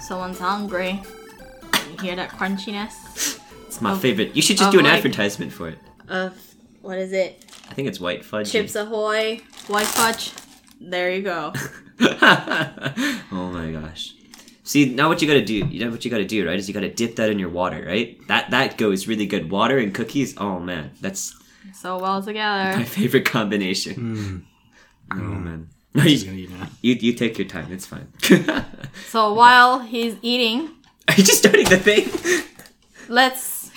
Someone's hungry. You hear that crunchiness? It's my Oh. favorite. You should just Oh do an my- advertisement for it. Of what is it? I think it's white fudge. Chips Ahoy, White Fudge. There you go. oh my gosh. See, now what you gotta do, you know what you gotta do, right? Is you gotta dip that in your water, right? That that goes really good. Water and cookies. Oh man, that's So well my together. favorite combination. Mm, Oh Mm. man. No, she's you, gonna eat now. you, you take your time. It's fine. So while he's eating, Are you just starting the thing? let's.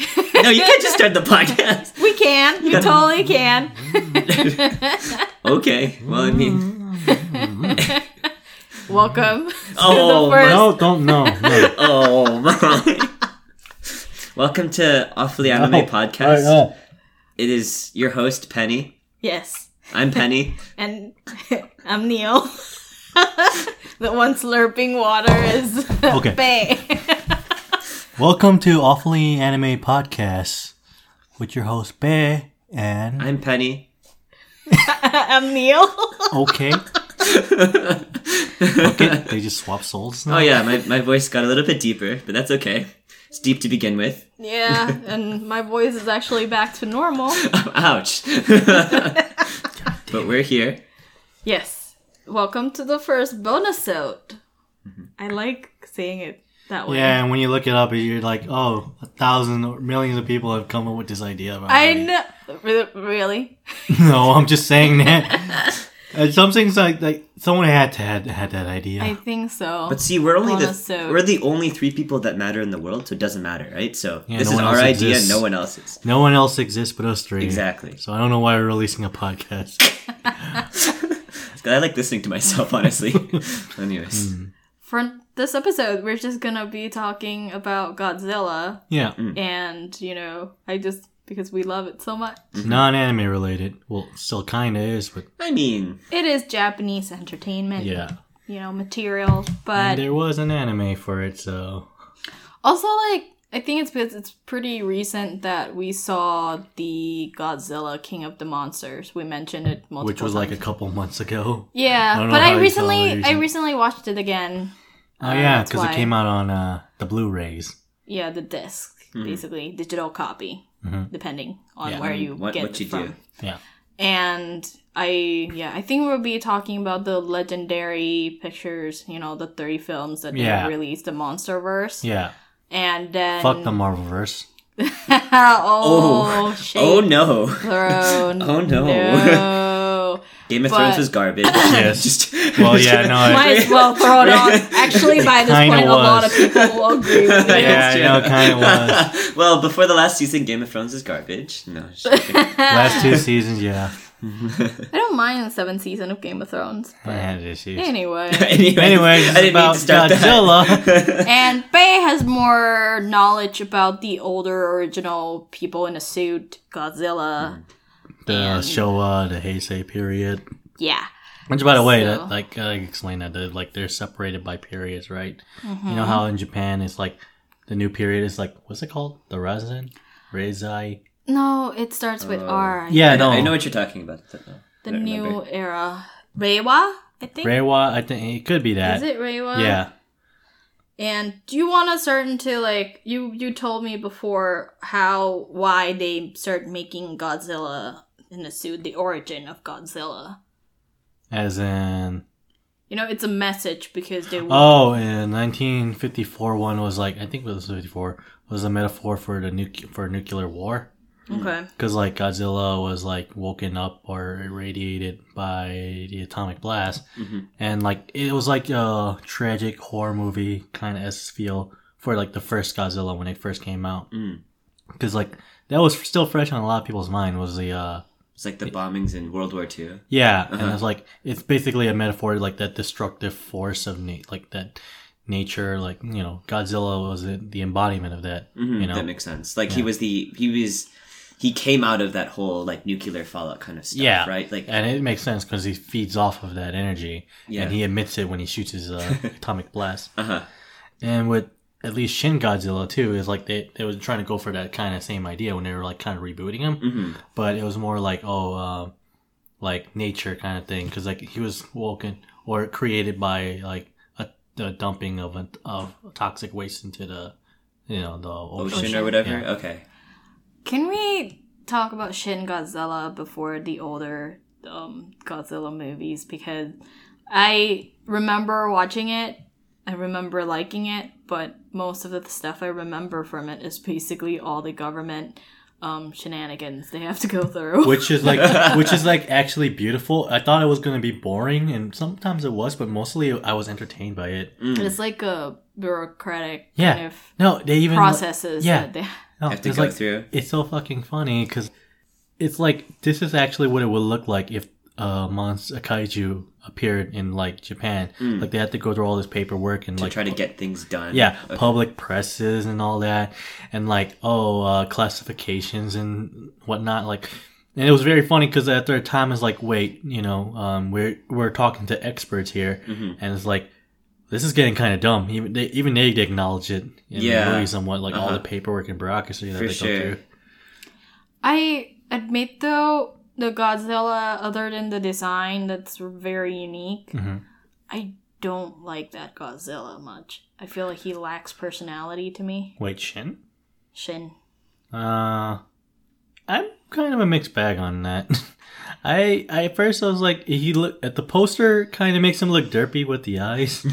No, you can't just start the podcast. We can. We totally can. Okay. Well, I Mm. mean, Welcome Oh, to the first. No, don't no. no. oh my. Welcome to Awfully Anime No. Podcast. I- uh, It is your host Penny. Yes. I'm Penny. And I'm Neil. the one slurping water is Okay. Bay. Welcome to Awfully Anime Podcast with your host Bay and I'm Penny. I'm Neil. okay. okay, they just swap souls now. Oh yeah, my, my voice got a little bit deeper, but that's okay. It's deep to begin with. yeah, and my voice is actually back to normal. Ouch. but we're here. Yes. Welcome to the first bonus out. I like saying it that way. Mm-hmm. Yeah, and when you look it up, you're like, oh, a thousand or millions of people have come up with this idea. I already. know. Re- Really? No, I'm just saying that. Uh, some things like like someone had to had, had that idea. I think so. But see, we're only the Bonusode. we're the only three people that matter in the world, so it doesn't matter, right? So Yeah, this no is one our else idea, exists. no one else's. no one else exists but us three. Exactly. So I don't know why we're releasing a podcast. 'Cause I like listening to myself, honestly. Anyways, Hmm. For this episode, we're just gonna be talking about Godzilla, Yeah, Mm. and, you know, I just. Because we love it so much. Mm-hmm. non-anime related. Well, still kind of is, but I mean, It is Japanese entertainment, yeah. you know, material, but And there was an anime for it, so Also, like, I think it's because it's pretty recent that we saw the Godzilla King of the Monsters. We mentioned it multiple which was like a times. Oh, couple months ago. yeah, I don't know but I how you saw it recently, I recently. recently watched it again. Oh Uh, yeah, that's because why. it came out on uh, the Blu-rays. Yeah, the disc Mhm. basically digital copy, Mhm. depending on Yeah. where you what get what it you from. do? Yeah, And I, yeah, I think we'll be talking about the legendary pictures. You know, the thirty films that Yeah. they released, the MonsterVerse, yeah. and then Fuck the Marvelverse. oh, shit. Oh no, Throne. Oh, no. no. Game of But- Thrones was garbage. Yes. Just Well, yeah, no. I, Might as well throw it off. Actually, by this Kinda point, a lot of was. people will agree with you. Yeah, I know, it kinda was. well, before the last season, Game of Thrones is garbage. No, just kidding. last two seasons, yeah, I don't mind the seventh season of Game of Thrones. I had issues. Anyway. Anyways, Anyway, it's about that. and Faye has more knowledge about the older original people in a suit, Hmm. Godzilla. The And- Showa, the Heisei period. Yeah. Which, by the way, that, So- like I explained that they're, like they're separated by periods, right? Mm-hmm. You know how in Japan it's like the new period is like what's it called? The Razen, Reizai. No, it starts with Oh. R. I Yeah, I know, no, I know what you're talking about. I don't know. The I don't new remember. era. Reiwa, I think. Reiwa. I think it could be that. Is it Reiwa? Yeah, And do you want to start into like you you told me before how why they start making Godzilla in the suit the origin of Godzilla. as in You know, it's a message because they oh, in 1954, one was like I think it was 54 was a metaphor for the nuc- for nuclear war. okay. because like Godzilla was like woken up or irradiated by the atomic blast, Mhm. and like it was like a tragic horror movie kind of feel for like the first Godzilla when it first came out, Mm. because like that was still fresh on a lot of people's mind was the uh It's like the bombings in World War II. yeah, and Uh-huh. it's like it's basically a metaphor like that destructive force of na- like that nature like you know Godzilla was the the embodiment of that Mhm, Mm-hmm. you know that makes sense. Like he Yeah. was the he was he came out of that whole like nuclear fallout kind of stuff. Yeah. right. Like and it makes sense because he feeds off of that energy Yeah. and he emits it when he shoots his uh, atomic blast uh huh. and with at least shin godzilla too is like they, they was trying to go for that kind of same idea when they were like kind of rebooting him hmm but it was more like oh uh, like nature kind of thing because like he was woken or created by like a, the dumping of a, of toxic waste into the you know the ocean. Ocean or whatever. Okay. Can we talk about Shin Godzilla before the older um, Godzilla movies? Because I remember watching it, I remember liking it, but most of the stuff I remember from it is basically all the government um, shenanigans they have to go through. Which is like, which is like actually beautiful. I thought it was gonna be boring, and sometimes it was, but mostly I was entertained by it. Mm. it's like a bureaucratic Yeah. kind of No, they even processes yeah. that they No, Have to it's go like- through. It's so fucking funny because it's like this is actually what it would look like if a monster a kaiju appeared in like Japan. Mm. Like they had to go through all this paperwork and to like try to get things done. yeah Okay. public presses and all that and like oh uh, classifications and whatnot like and it was very funny because at their time is like wait you know um, we're we're talking to experts here Mhm. and it's like this is getting kind of dumb even they even they acknowledge it in Yeah. the movie somewhat like all Uh-huh. the paperwork and bureaucracy that For they go sure. through I admit though, the Godzilla, other than the design that's very unique, Mhm. I don't like that Godzilla much. I feel like he lacks personality to me. wait Shin Shin. Uh, I'm kind of a mixed bag on that. I I at first I was like he look at the poster kind of makes him look derpy with the eyes,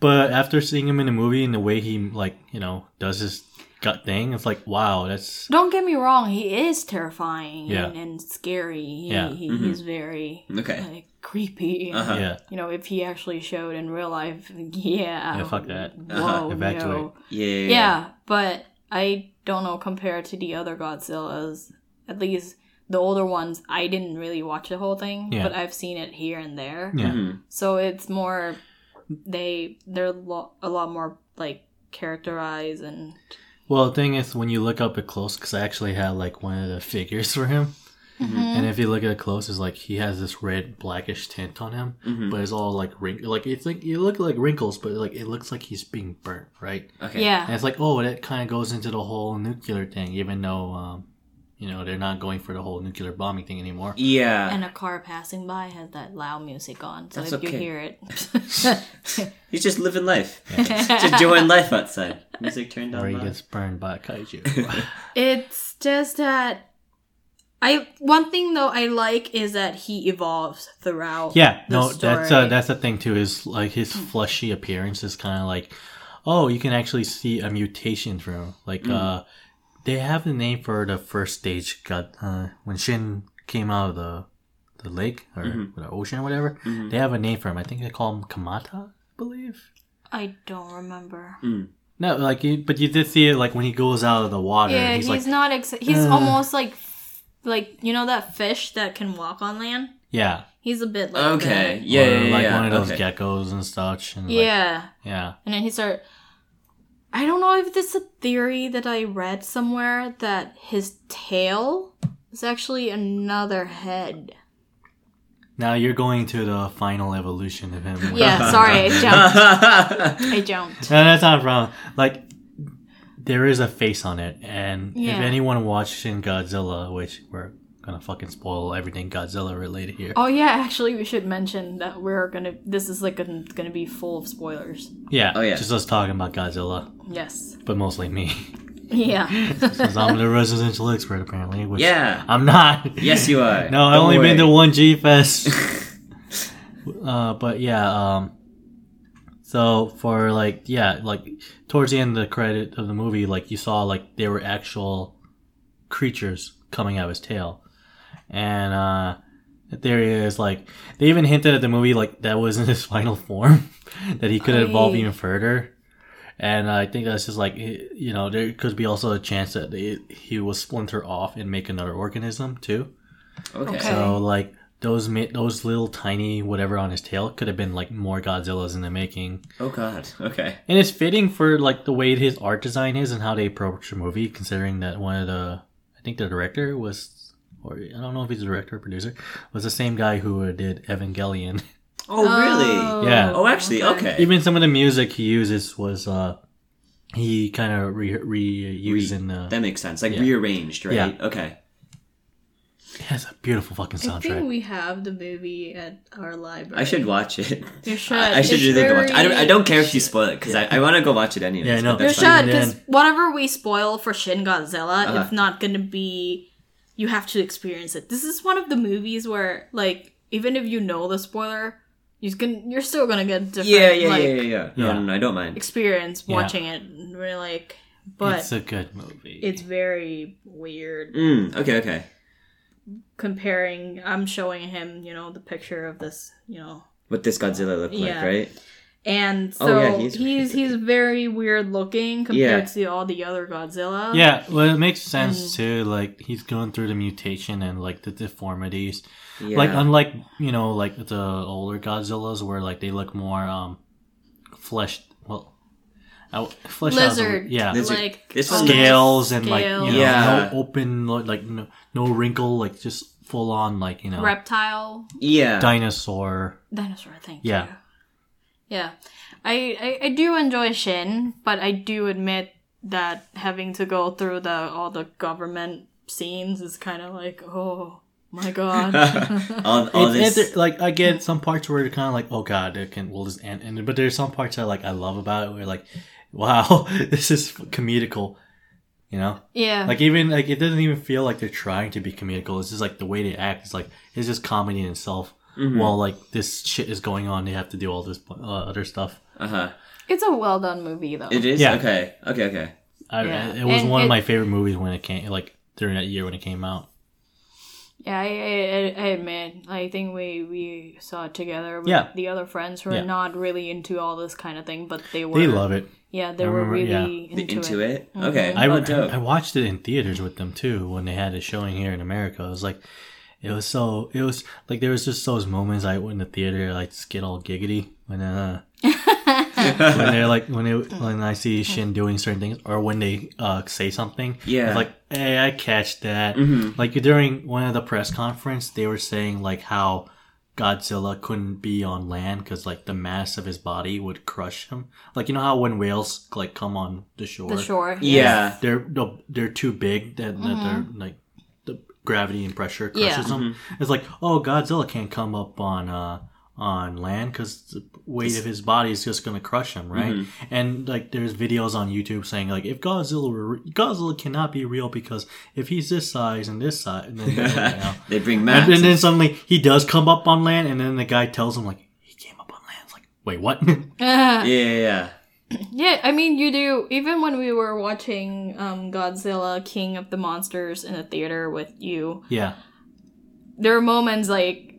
but after seeing him in the movie and the way he like you know does his gut thing, it's like wow that's Don't get me wrong, he is terrifying Yeah. and, and scary. He, Yeah. Mm-hmm. he, Mhm. He's very Okay. like, creepy. Uh-huh. yeah You know, if he actually showed in real life, yeah. Yeah, fuck that. Whoa, Evacuate. no. Yeah. Yeah. but I don't know compared to the other Godzillas, at least the older ones, I didn't really watch the whole thing, Yeah. but I've seen it here and there. yeah Mhm. So it's more they they're lo- a lot more like characterized and well the thing is when you look up at close because I actually had like one of the figures for him Mm-hmm. Mm-hmm. and if you look at it close it's like he has this red blackish tint on him Mhm. but it's all like wrink like you think you look like wrinkles but like it looks like he's being burnt right Okay. yeah. And it's like, oh, that kind of goes into the whole nuclear thing, even though, um, you know, they're not going for the whole nuclear bombing thing anymore. Yeah. And a car passing by has that loud music on, so That's if okay. you hear it, He's just living life. just enjoying life outside. Music turned Or on. he loud. gets burned by a kaiju. It's just that I one thing though I like is that he evolves throughout. yeah, the no, that's uh, story. that's the thing too. Is like his fleshy appearance is kind of like, oh, you can actually see a mutation through. Like, uh, they have the name for the first stage. Got uh, when Shin came out of the the lake or the ocean or whatever, Mm-hmm. they have a name for him. I think they call him Kamata, I believe. I don't remember. No, like, you, but you did see it, like when he goes out of the water. Yeah, and he's, he's, like, not. Ex- he's "Ugh." almost like, f- like you know that fish that can walk on land. yeah, He's a bit like Okay. that. Yeah. Or, yeah, yeah, like yeah. one of those okay. geckos and such. And yeah, yeah. yeah, And then he start. I don't know if this is a theory that I read somewhere that his tail is actually another head. Now you're going to the final evolution of him. Yeah, sorry, I jumped. I jumped. No, that's not a problem. Like, there is a face on it, and Yeah. if anyone watched in Godzilla, which we're gonna fucking spoil everything Godzilla related here. Oh yeah, actually, we should mention that we're gonna. This is like gonna, gonna be full of spoilers. Yeah, Oh, yeah. just us talking about Godzilla, Yes. but mostly me, Yeah. because I'm the residential expert apparently. Which Yeah. I'm not. Yes, you are. No, I've Don't only been to worry. one G Fest. uh, but yeah, um, so for like yeah, like towards the end of the credit of the movie, like you saw like there were actual creatures coming out of his tail, and uh, the theory is like they even hinted at the movie like that wasn't his final form, that he could evolve Aye. even further. And I think that's just like eh, you know there could be also a chance that they, he will splinter off and make another organism too. Okay. Okay. So like those ma- those little tiny whatever on his tail could have been like more Godzillas in the making. Oh God. Okay. And it's fitting for like the way his art design is and how they approach the movie, considering that one of the I think the director was or I don't know if he's a director or producer was the same guy who uh, did Evangelion. Oh really? Yeah. Oh, actually, okay. Even some of the music he uses was uh he kind of re- reused in uh, the That makes sense. Like rearranged, right? Yeah. Okay. It has a beautiful fucking I think soundtrack. we have the movie at our library. I should watch it. You should. I I should It's really go watch. It. I don't. I very- don't care if you spoil it because I, I want to go watch it anyway. Yeah, I know. You That's should, fine. because Then- whatever we spoil for Shin Godzilla, Uh-huh. it's not gonna be. You have to experience it. This is one of the movies where, like, even if you know the spoiler, you can you're still gonna get different Yeah, yeah, like, yeah, yeah, yeah. No, Yeah. no, no, I don't mind. experience Yeah. watching it. And we're like, but it's it's, a good movie. very weird Mm, okay, okay. comparing. I'm showing him, you know, the picture of this, you know, What this Godzilla looked like, Yeah. right? and so Oh, yeah, he's he's he's, weird very weird looking compared Yeah. to all the other Godzilla. yeah, well, it makes sense too. Like he's going through the mutation and like the deformities. Yeah. Like unlike you know like the older Godzillas where like they look more um fleshed. Well, out, fleshed out. Lizard. yeah, Lizard. like This almost scales and like you know, Yeah. no open lo- like no, no wrinkle like just full on like you know reptile yeah. dinosaur dinosaur thing. Yeah. yeah. I, I I do enjoy Shin, but I do admit that having to go through the all the government scenes is kind of like oh my god. all all It's- this. it's- like I get some parts where you're kind of like, oh god, it can will this end? And but there's some parts I like I love about it where like, wow, this is comedical, you know? yeah. Like even like it doesn't even feel like they're trying to be comedical. It's just like the way they act is like it's just comedy in itself. While like this shit is going on, they have to do all this uh, other stuff. Uh huh. it's a well done movie though. It is. Yeah. Okay. Okay. Okay. I, Yeah. It was And one it- of my favorite movies when it came like during that year when it came out. Yeah, I, I, I I admit. I think we, we saw it together with Yeah. the other friends who are Yeah. not really into all this kind of thing, but they were. They love it. Yeah, they I were remember- really The- into, into it. Mm-hmm. it. Okay. I, oh, dope. I watched it in theaters with them too when they had it showing here in America. It was like, it was so it was like there was just those moments I went in the theater I just get all giggity when uh when they're like when they when I see Shin doing certain things or when they uh say something Yeah. it's like hey I catch that Mhm. like during one of the press conference they were saying like how Godzilla couldn't be on land because like the mass of his body would crush him like you know how when whales like come on the shore The shore. yeah. they're no, they're too big that, that they're like the gravity and pressure crushes Yeah. them. Mm-hmm. It's like oh Godzilla can't come up on uh on land because the weight of his body is just gonna crush him, right? Mm-hmm. And like there's videos on YouTube saying like if Godzilla were re- Godzilla cannot be real because if he's this size and this size, and then, you know. they bring and, maps. then- then suddenly he does come up on land, and then the guy tells him like he came up on land. It's like wait what? Yeah. yeah. Yeah. yeah. Yeah, I mean, you do. Even when we were watching um, Godzilla, King of the Monsters in the theater with you, yeah, there are moments like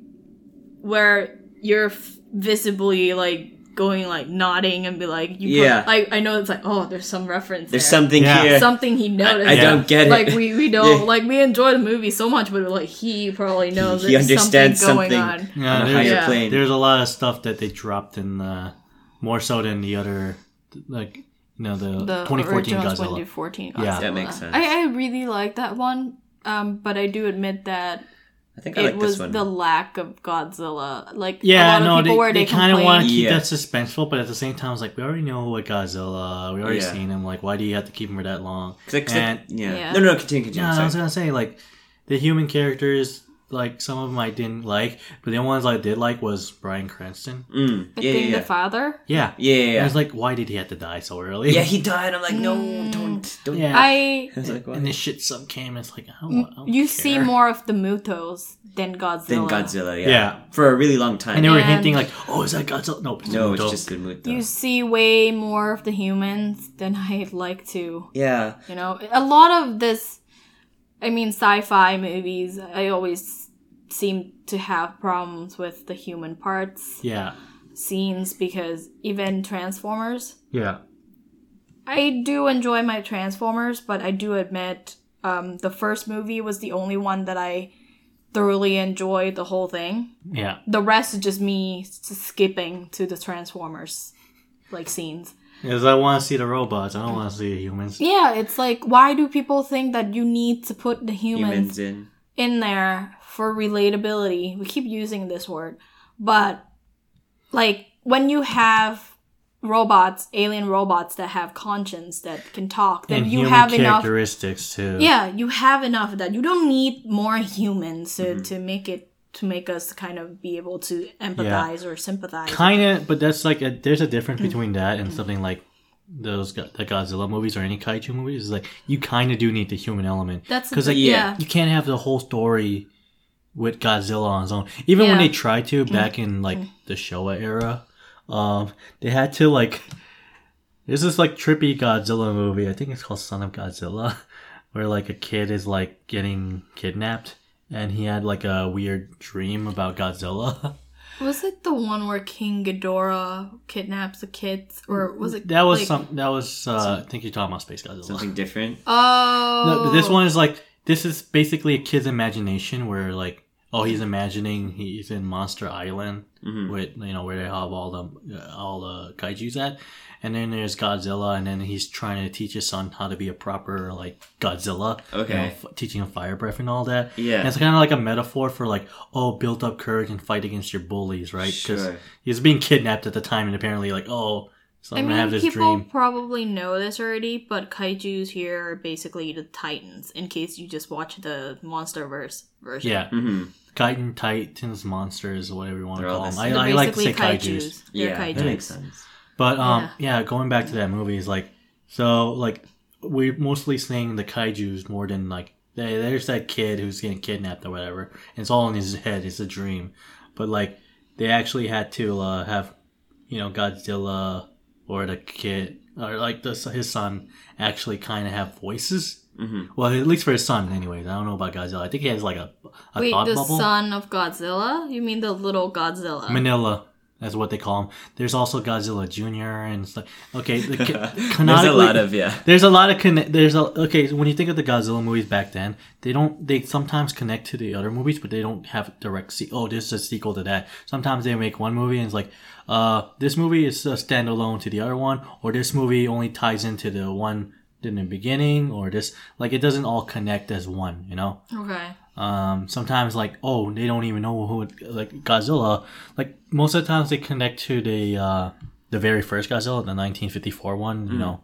where you're f- visibly like going like nodding and be like, you Yeah. Like I know it's like, oh, there's some reference. There's there. something Yeah. here. something he I, noticed. I Yeah. don't get it. like we we don't Yeah. like we enjoy the movie so much, but like he probably knows He there's understands something going on. something. yeah. on a there's- higher yeah. plane. There's a lot of stuff that they dropped in the more so than the other like you know the, The 2014 original Godzilla. 2014 Godzilla. Yeah. That makes sense. I, I really like that one, um, but I do admit that I think I it like this was one. the lack of Godzilla. Like Yeah, a lot no, of people they, where they, they, kind of complain- want to keep Yeah. that suspenseful, but at the same time, it's like we already know what Godzilla, we already Yeah. seen him. Like, why do you have to keep him for that long? 'Cause I- 'cause I- And yeah. Yeah. No, no, no. Continue. Continue. yeah, I sorry. was gonna say like the human characters, like some of them I didn't like, but the only ones I did like was Brian Cranston. Mm. I Yeah, think yeah, the father. Yeah, yeah, yeah, I yeah. was like, why did he have to die so early? Yeah, he died. I'm like, Mm. no, don't, don't. Yeah. I I was like, why? and this shit sub came. It's like, I don't, I don't you care. see more of the Mutos than Godzilla. Then Godzilla. Yeah. Yeah. For a really long time. And they were And- hinting like, "Oh, is that Godzilla?" No, it's no, Muto. it's just the mood though. You see way more of the humans than I'd like to. Yeah. You know, a lot of this, I mean, sci fi movies, I always seem to have problems with the human parts, yeah, scenes, because even Transformers, yeah, I do enjoy my Transformers, but I do admit um, the first movie was the only one that I thoroughly enjoyed the whole thing. yeah. The rest is just me s- skipping to the Transformers like scenes. Because I want to see the robots. I don't want to see the humans. Yeah, it's like why do people think that you need to put the humans Humans in. in there for relatability? We keep using this word, but like when you have robots, alien robots that have conscience that can talk, then and you human have enough. characteristics too. Yeah, you have enough of that. You don't need more humans to, Mm-hmm. to make it to make us kind of be able to empathize or sympathize. kind of, but that's like a, there's a difference Mm. between that and something like those Go- the Godzilla movies or any kaiju movies. Is like you kind of do need the human element That's because like Yeah. yeah. you can't have the whole story with Godzilla on his own. Even Yeah. when Mm-hmm. they tried to back in like the Showa era, um, they had to like. There's this like trippy Godzilla movie. I think it's called Son of Godzilla, where like a kid is like getting kidnapped, and he had like a weird dream about Godzilla. Was it the one where King Ghidorah kidnaps the kids, or was it That was like- some. That was. Uh, I think you're talking about Space Godzilla. Something different. Oh, No, but this one is like this is basically a kid's imagination where like oh he's imagining he's in Monster Island Mhm. with you know where they have all the uh, all the kaiju's at, and then there's Godzilla, and then he's trying to teach his son how to be a proper like Godzilla. you Okay. know, f- teaching him fire breath and all that. Yeah. And it's kind of like a metaphor for like oh build up courage and fight against your bullies, right? Sure. he was being kidnapped at the time, and apparently like oh. So I I'm mean, gonna have this people dream. probably know this already, but kaiju's here are basically the titans. In case you just watch the MonsterVerse version, Yeah, hmm Titan Titans, monsters, whatever you want They're to all call the them. same. I, I like to say kaiju's. They're Yeah, kaijus. that makes sense. But um, yeah. going back to that movie is like so like we're mostly seeing the kaiju's more than like there- there's that kid who's getting kidnapped or whatever. And it's all in his head. It's a dream. But like they actually had to uh, have you know Godzilla or the kid or like the, his son actually kind of have voices. Mhm. Well, at least for his son, anyways. I don't know about Godzilla. I think he has like a, a Wait, thought the bubble. son of Godzilla? You mean the little Um, Godzilla? Manila. That's what they call him. There's also Godzilla Junior and stuff. Okay, the, ca- There's a canonically- lot of yeah. there's a lot of conne- there's a okay. so When you think of the Godzilla movies back then, they don't they sometimes connect to the other movies, but they don't have direct. Se- oh, there's a sequel to that. Sometimes they make one movie and it's like, uh, this movie is a standalone to the other one, or this movie only ties into the one in the beginning, or this like it doesn't all connect as one. You know. Okay. Um, sometimes like oh they don't even know who like Godzilla. Like most of the times they connect to the uh, the very first Godzilla, the 1954 one. Mm-hmm. You know,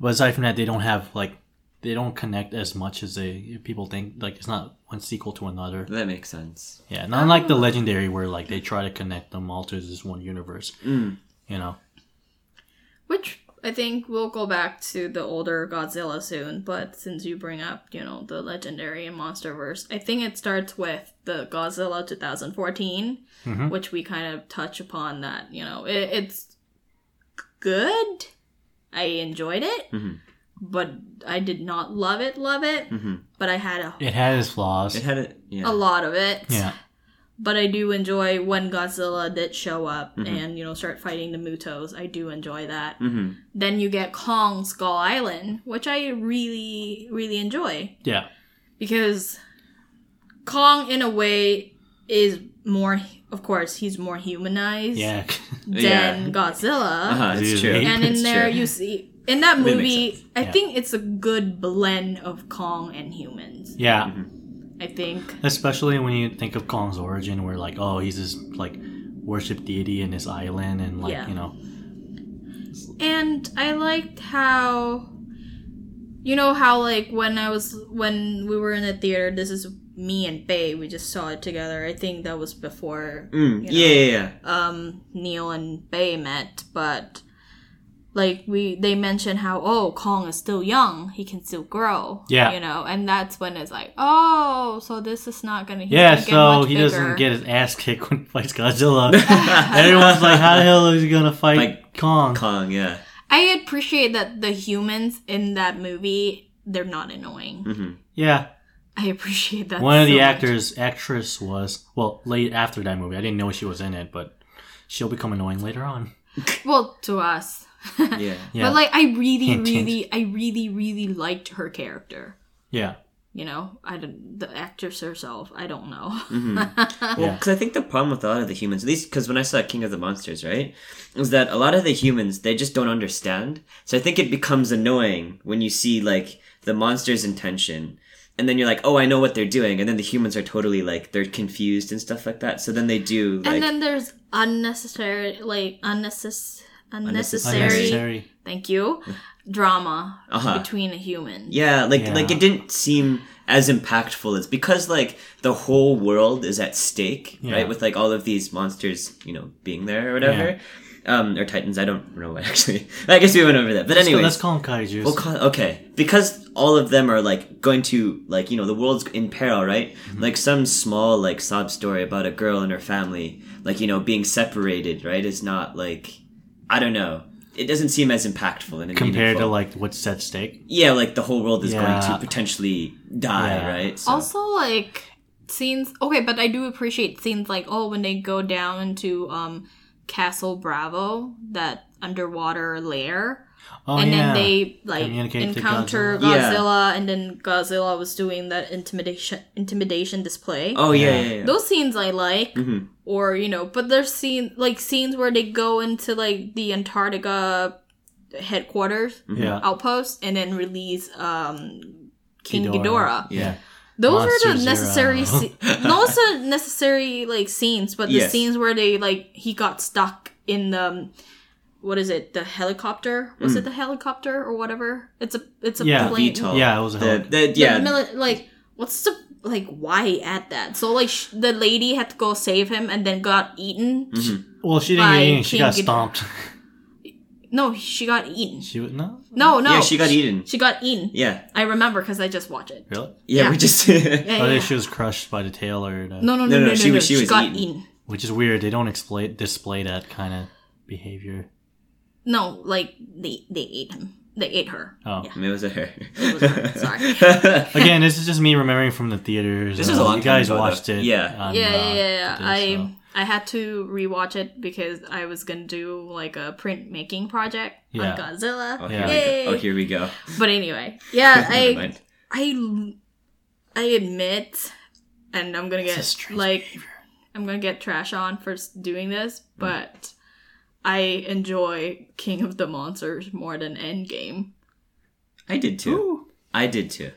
but aside from that, they don't have like they don't connect as much as they people think. Like it's not one sequel to another. That makes sense. Yeah, not like the legendary where like they try to connect them all to this one universe. Mm. You know, Which I think we'll go back to the older Godzilla soon, but since you bring up, you know, the legendary and MonsterVerse, I think it starts with the Godzilla 2014, Mm-hmm. Mhm. which we kind of touch upon that, you know, it, it's good. I enjoyed it, Mhm. but I did not love it, love it, Mhm. but I had a, it had its flaws. It had a yeah. a lot of it. yeah, But I do enjoy when Godzilla did show up Mm-hmm. and, you know, start fighting the Mutos. I do enjoy that. hmm Then you get Kong Skull Island, which I really, really enjoy yeah, because Kong, in a way, is more, of course, he's more humanized yeah. than Yeah. Godzilla. Uh-huh, it's Dude, true. yeah. And in It's there, true. you see, in that makes movie, I Yeah. think it's a good blend of Kong and humans. yeah. I think. especially when you think of Kong's origin, where like, oh, he's this like worship deity in his island, and like Yeah. you know, And I liked how you know how like when I was when we were in the theater, this is me and Bay, we just saw it together. I think that was before Mm, you know. yeah, yeah, yeah. um Neil and Bay met, but like we they mentioned how oh Kong is still young, he can still grow. Yeah. You know, and that's when it's like, Oh, so this is not gonna he yeah. doesn't get So much he bigger. doesn't get his ass kicked when he fights Godzilla. Everyone's like, how the hell is he gonna fight Like, Kong? Kong, yeah. I appreciate that the humans in that movie they're not annoying. hmm Yeah, I appreciate that. one of so the much. actors, actress was well late after that movie. I didn't know she was in it, but she'll become annoying later on. Well, to us. Yeah. Yeah, But like, I really, Hint, hint. really, I really, really liked her character. yeah, You know, I don't, the actress herself. I don't know. Mm-hmm. Well, Yeah. because I think the problem with a lot of the humans, at least because when I saw King of the Monsters, right, is that a lot of the humans they just don't understand. So I think it becomes annoying when you see like the monster's intention, and then you're like, oh, I know what they're doing, and then the humans are totally like they're confused and stuff like that. So then they do like and then there's unnecessary, like unnecessary. unnecessary, Unnecessary. thank you drama Uh-huh. between a human. Yeah, like like Yeah. it didn't seem as impactful. It's because like the whole world is at stake, Yeah. right? With like all of these monsters, you know, being there or whatever, um, or titans. I don't know actually. I guess we went over that. But Let's, go- anyway, let's call them kaijus. Well, con- okay, because all of them are like going to like you know the world's in peril, right? Mm-hmm. Like some small like sob story about a girl and her family, like you know being separated, right? Is not like I don't know. It doesn't seem as impactful and compared to meaningful. like what's at stake. yeah, like the whole world is going Yeah. to potentially die, Yeah. right? So, Also, like scenes. Okay, but I do appreciate scenes like oh when they go down into um Castle Bravo, that underwater lair. Oh and yeah. then they like Communicate to encounter Godzilla. Yeah. Godzilla, and then Godzilla was doing that intimidation intimidation display. oh yeah, yeah, Yeah. Mm-hmm. yeah. yeah. Those scenes I like, Mhm. or you know, but there's scene like scenes where they go into like the Antarctica headquarters Mm-hmm. yeah. outpost and then release um King Ghidorah. Ghidorah. Yeah. Those are Monster the necessary, Zero. se- those are necessary like scenes, but the Yes. scenes where they like he got stuck in the um, what is it? The helicopter? Was Mm. it the helicopter or whatever? It's a it's a Yeah. plane. VTOL. Yeah, it was a The, hell. the, The yeah, mili- like what's the like why at that? So like sh- the lady had to go save him and then got eaten. Mm-hmm. She- Well, she didn't by get any. She King got Ghidorah. stomped. no, she got eaten. she would no. No, no. yeah, she got eaten. She got eaten. Yeah, I remember because I just watched it. Really? yeah, Yeah. we just Yeah, Oh, yeah, they- yeah. she was crushed by the tail or the, No, no, no, No, no, no, no, no, she was- no, she was got eaten. eaten. which is weird. They don't explain display that kind of behavior. No, like they they ate him. They ate her. Oh. Yeah. Maybe it was a her. was a her, sorry. Again, this is just me remembering from the theaters. Uh, This was a long time You guys ago, though. watched it. Yeah. on, yeah, uh, yeah, yeah, yeah. today, I so- I had to rewatch it because I was gonna do like a printmaking project Yeah. on Godzilla. Oh, here Yeah. we go. Yay! Uh, Oh, here we go. But anyway, yeah, Never I mind. I I admit, and I'm gonna It's a get strange like behavior. Mm. I'm gonna get trash on for s- doing this, but I enjoy King of the Monsters more than Endgame. I did too. I did too.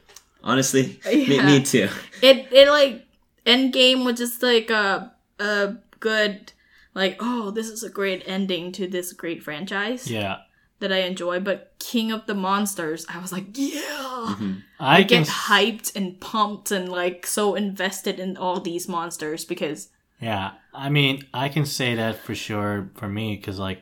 Honestly, me, Yeah. me too. it it like Endgame was just like a a good like oh this is a great ending to this great franchise Yeah. that I enjoy. But King of the Monsters, I was like Mm. yeah, Mm-hmm. I can get s- hyped and pumped and like so invested in all these monsters because Yeah, I mean, I can say that for sure for me because, like,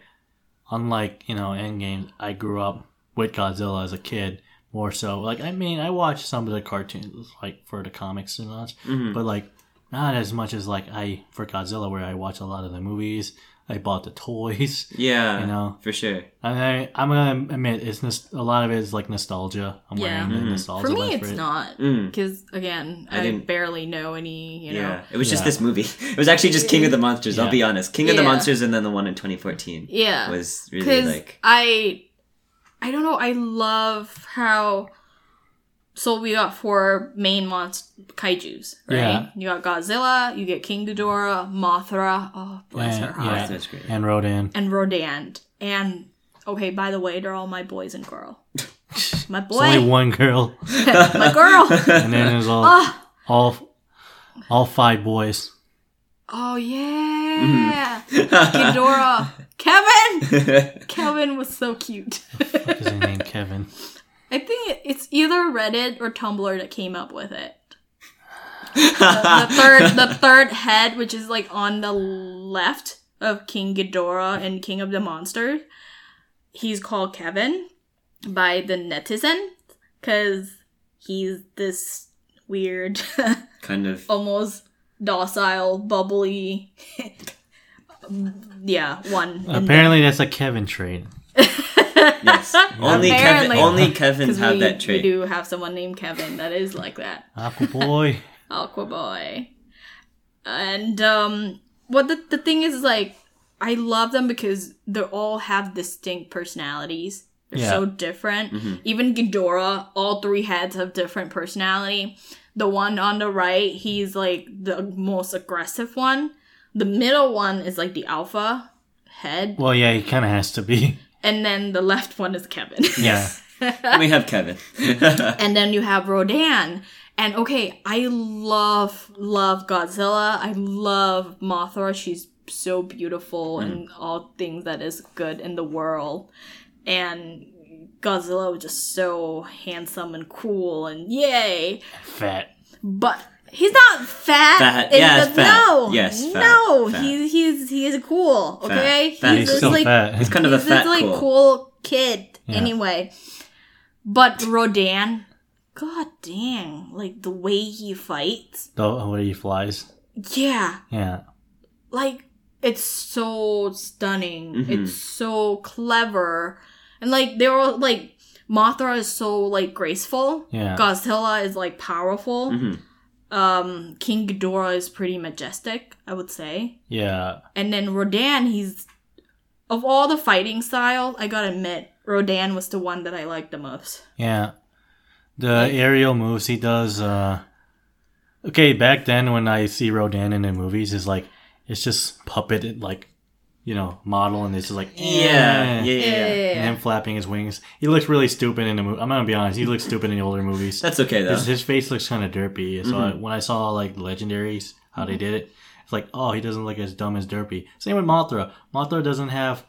unlike you know, Endgame, I grew up with Godzilla as a kid more so. Like, I mean, I watched some of the cartoons like for the comics and such, Hmm. Mm-hmm. but like not as much as like I for Godzilla, where I watch a lot of the movies. I bought the toys. Yeah, You know. for sure. And I, I'm gonna admit, it's nos- a lot of it is like nostalgia. I'm Yeah. Hmm. wearing the Mhm. nostalgia. for lens me it's it. not Mm. because again I, I didn't- barely know any you know yeah, it was just Yeah. this movie. It was actually just King of the Monsters. I'll Yeah. be honest, King of the Yeah. Monsters, and then the one in 2014 yeah was really because like I, I don't know. I love how. So we got four main monst kaiju's, right? Yeah. You got Godzilla, you get King Ghidorah, Mothra. Oh, bless her And, heart. yeah, That's great. and Rodan. And Rodan. And okay, by the way, they're all my boys and girl. My It's only boy, one girl, my girl. and then there's all. oh, all all five boys. oh yeah, Ghidorah, Kevin. Kevin was so cute. Fuck is his name Kevin? I think it's either Reddit or Tumblr that came up with it. the third the third head, which is like on the left of King Ghidorah and King of the Monsters, he's called Kevin by the netizen because he's this weird, kind Oh. of almost docile, bubbly, yeah, one. in there. Apparently, that's a Kevin trait. yes. only Kevin. Apparently. Only Kevin's 'Cause have we, that We trait. do have someone named Kevin that is like that. Aqua boy. Aquaboy. And um what the the thing is like I love them because they all have distinct personalities. They're Yeah. Mm-hmm. so different. Even Ghidorah, all three heads have different personality. The one on the right, he's like the most aggressive one. The middle one is like the alpha head, Well, yeah, he kind of has to be. and then the left one is Kevin. Yeah, we have Kevin. and then you have Rodan, And okay, I love love Godzilla. I love Mothra. She's so Mm. beautiful and all things that is good in the world. And Godzilla was just so handsome and cool and yay. Fat. But he's not fat. Fat. in Yeah, the- it's fat. No. Yes, fat, no. fat. He's he's he is cool. Fat. Okay. Fat. He's just still fat. It's kind of a he's this fat like cool. cool, kid Yeah. anyway. But Rodan, god dang, like the way he fights. the way Oh, he flies. Yeah, Yeah. like it's so stunning. Mhm. It's so clever. And like they're all like Mothra is so like graceful. Yeah. Godzilla is like powerful. hmm Um King Ghidorah is pretty majestic, I would say. Yeah. And then Rodan, he's of all the fighting styles, I gotta admit, Rodan was the one that I liked the most. Yeah. The aerial moves he does, uh Okay, back then when I see Rodan in the movies is like it's just puppeted like you know, model and it's just like Yeah. Yeah. Yeah. yeah. And him flapping his wings. He looks really stupid in the movie. I'm gonna be honest. He looks stupid in the older movies. That's okay though. His, his face looks kind of derpy. So Mm-hmm. I, when I saw like legendaries, how they did it, it's like, oh, he doesn't look as dumb as derpy. Same with Mothra. Mothra doesn't have.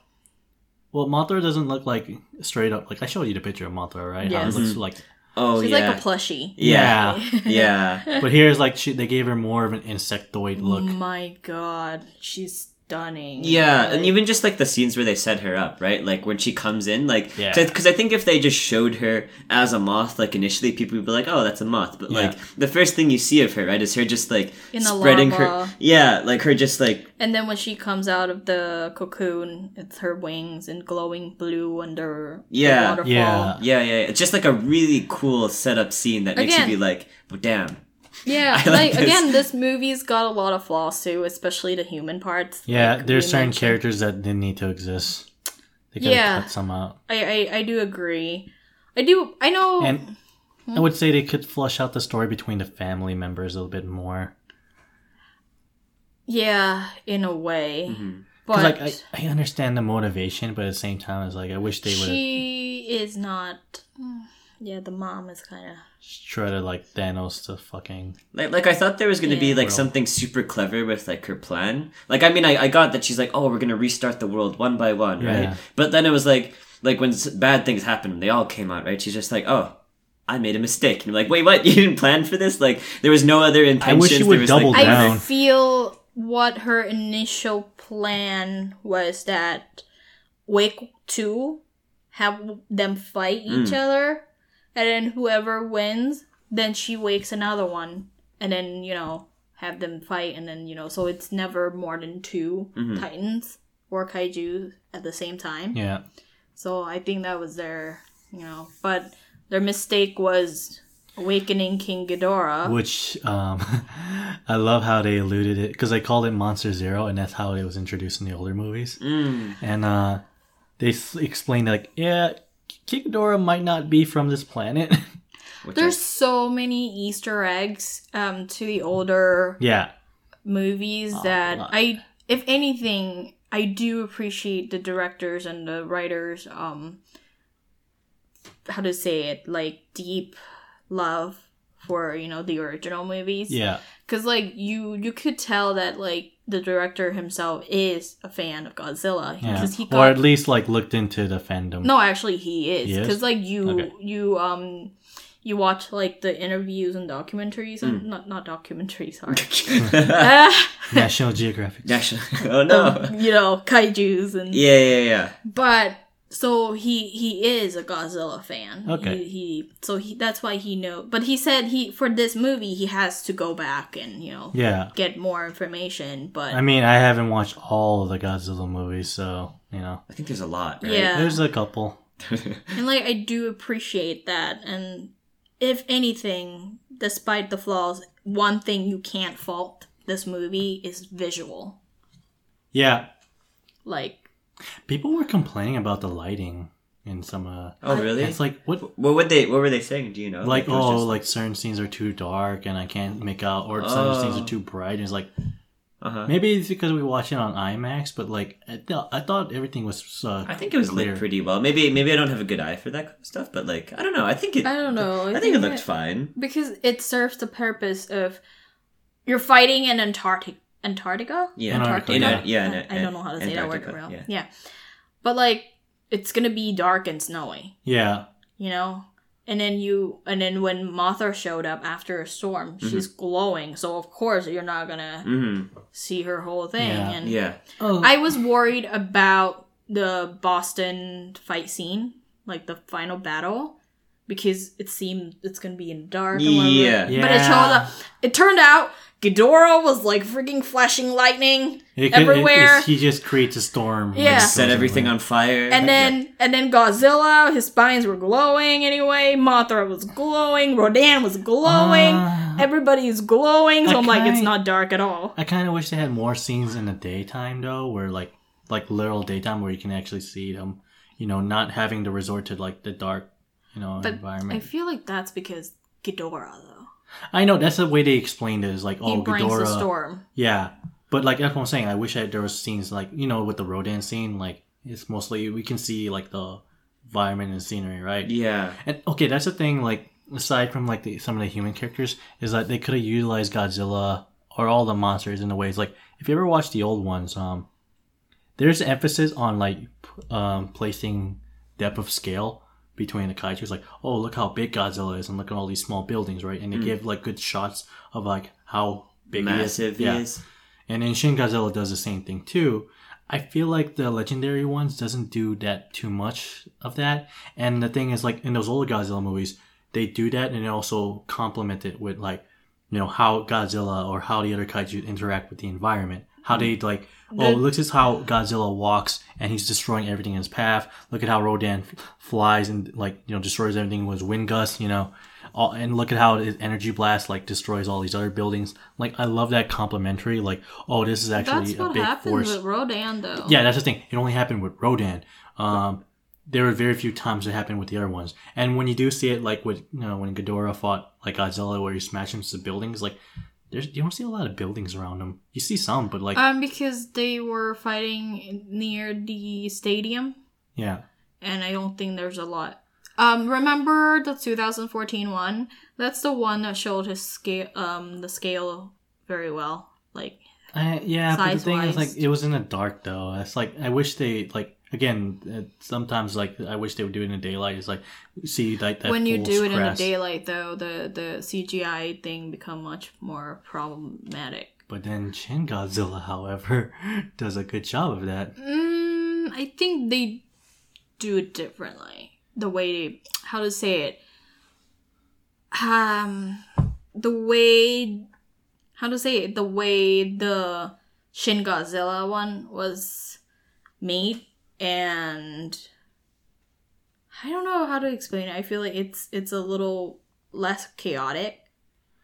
Well, Mothra doesn't look like straight up. Like I showed you the picture of Mothra, right? How it Yes. Mm-hmm. looks like. Oh She's yeah. like a plushie. yeah. Yeah. but here's like she, they gave her more of an insectoid look. My god, she's stunning. Yeah, and even just like the scenes where they set her up, right? Like when she comes in, like Yeah. because I think if they just showed her as a moth, like initially people would be like, "Oh, that's a moth," but Yeah. like the first thing you see of her, right, is her just like In the spreading her, lava. yeah, like her just like And then when she comes out of the cocoon, it's her wings and glowing blue under Yeah. the waterfall. Yeah. yeah, yeah, yeah. It's just like a really cool setup scene that makes Again. you be like, well, "Damn, Yeah, I like like, this. again, this movie's got a lot of flaws too, especially the human parts. Yeah, like there's we certain mentioned. characters that didn't need to exist. They could Yeah. have cut some out. I, I I do agree. I do. I know. And I would say they could flush out the story between the family members a little bit more. yeah, in a way, but Mm-hmm. 'Cause, like I, I understand the motivation, but at the same time, it's like I wish they would have she is not. mm, Yeah, the mom is kind of. shredded like Thanos to fucking. Like, like I thought there was gonna be Yeah. like Well- something super clever with like her plan. Like I mean, I, I got that she's like, oh, we're gonna restart the world one by one, Yeah. right? But then it was like, like when s- bad things happened, they all came out, right? She's just like, oh, I made a mistake. And you're like, wait, what? You didn't plan for this? Like there was no other intentions. you there would was, like, double nothing. down. I feel what her initial plan was that Wake Two have them fight Mm. each other, and then whoever wins, then she wakes another one, and then you know have them fight, and then you know so it's never more than 2 Mm-hmm. titans or kaiju at the same time. Yeah, So I think that was their, you know, but their mistake was awakening King Ghidorah. which um, I love how they alluded it because they called it Monster Zero, and that's how it was introduced in the older movies. Mm. And uh, they s- explained like, yeah, Kikidora might not be from this planet. Which I- There's so many Easter eggs um, to the older yeah, movies Oh, that lot. I, if anything, I do appreciate the directors and the writers. Um, how to say it? Like deep love for you know the original movies. yeah, because like you you could tell that like the director himself is a fan of Godzilla yeah, because he or at got least like looked into the fandom. no actually he is He is? because like you Okay. you um you watch like the interviews and documentaries and Hmm. not not documentaries sorry Ah, National Geographic. Actually, oh no. you know kaiju's and Yeah, yeah, yeah. but so he he is a Godzilla fan Okay. he, he so he that's why he know but he said he for this movie he has to go back and you know Yeah, get more information but I mean, I haven't watched all of the Godzilla movies, so you know, I think there's a lot. Right? yeah there's a couple. And like I do appreciate that and if anything, despite the flaws, one thing you can't fault this movie is visual. Yeah, Like People were complaining about the lighting in some. Uh, Oh really? It's like what? what would they? What were they saying? Do you know? Like it was oh, just- like certain scenes are too dark and I can't make out, or certain Oh. scenes are too bright. And it's like, Uh huh. Maybe it's because we watched it on IMAX, but like I, th- I thought everything was. Uh, I think it was Clear. lit pretty well. Maybe maybe I don't have a good eye for that kind of stuff, but like I don't know. I think it. I don't know. I think it looked fine. because it serves the purpose of you're fighting in Antarctic Antarctica. Yeah, Antarctica. In Yeah. a- yeah. in I, a- I don't know how to say that word Antarctica, real. Yeah. Yeah. but like it's gonna be dark and snowy, yeah, you know. And then you, and then when Mothra showed up after a storm, Mm-hmm. she's glowing. So of course you're not gonna hmm see her whole thing. Yeah. And Yeah. oh, I was worried about the Boston fight scene, like the final battle, because it seemed it's gonna be in the dark. and whatever. Yeah. Yeah. But it showed up. It turned out Ghidorah was like freaking flashing lightning, It could- it- everywhere. it's- he just creates a storm. Yeah. like, Set goes everything everywhere. on fire. and then and then Godzilla. His spines were glowing anyway. Mothra was glowing. Rodan was glowing. Ah. Everybody is glowing. So I'm like, it's Okay. not dark at all. I kind of wish they had more scenes in the daytime though, where like like literal daytime where you can actually see them. You know, not having to resort to like the dark, you know, But I environment. feel like that's because Ghidorah though. I know that's the way they explained it. Is like, He oh, brings the Ghidorah. storm. Yeah, but like that's what I'm saying. I wish that there was scenes like you know with the Rodan scene. Like it's mostly we can see like the environment and scenery, right? Yeah. And okay, that's the thing. Like aside from like the, some of the human characters, is that they could have utilized Godzilla or all the monsters in the ways. Like if you ever watch the old ones, um, there's emphasis on like p- um, placing depth of scale between the kaiju's. Like oh look how big Godzilla is, and look at all these small buildings, right? And they give like good shots of like how big he is. Massive. E Yeah. Yes. And then Shin Godzilla does the same thing too. I feel like the legendary ones doesn't do that too much of that. And the thing is, like in those old Godzilla movies, they do that and they also complement it with like, you know, how Godzilla or how the other kaiju interact with the environment. How they like, oh, The- look at how Godzilla walks and he's destroying everything in his path. Look at how Rodan f- flies and like, you know, destroys everything with his wind gusts. You know, all, and look at how his energy blast like destroys all these other buildings. Like I love that complimentary. Like oh, this is actually That's a what big happened force. with Rodan though. Yeah, that's the thing. It only happened with Rodan. Um, there were very few times it happened with the other ones. And when you do see it, like with you know when Ghidorah fought like Godzilla, where he smashed into the buildings, like there's you don't see a lot of buildings around him. You see some, but like Um, because they were fighting near the stadium, yeah, and I don't think there's a lot. Um, remember the 2014 one? That's the one that showed his scale, um, the scale very well. Like, I, yeah. But the thing is, Size-wise. like it was in the dark though. It's like I wish they like again. It, sometimes like I wish they would do it in the daylight. It's like see like that when you full do it in the crest. daylight, though, the the CGI thing become much more problematic. But then Shin Godzilla, however, does a good job of that. Mm, I think they do it differently. The way they, how to say it, um, the way, how to say it, the way the Shin Godzilla one was made, and I don't know how to explain it. I feel like it's it's a little less chaotic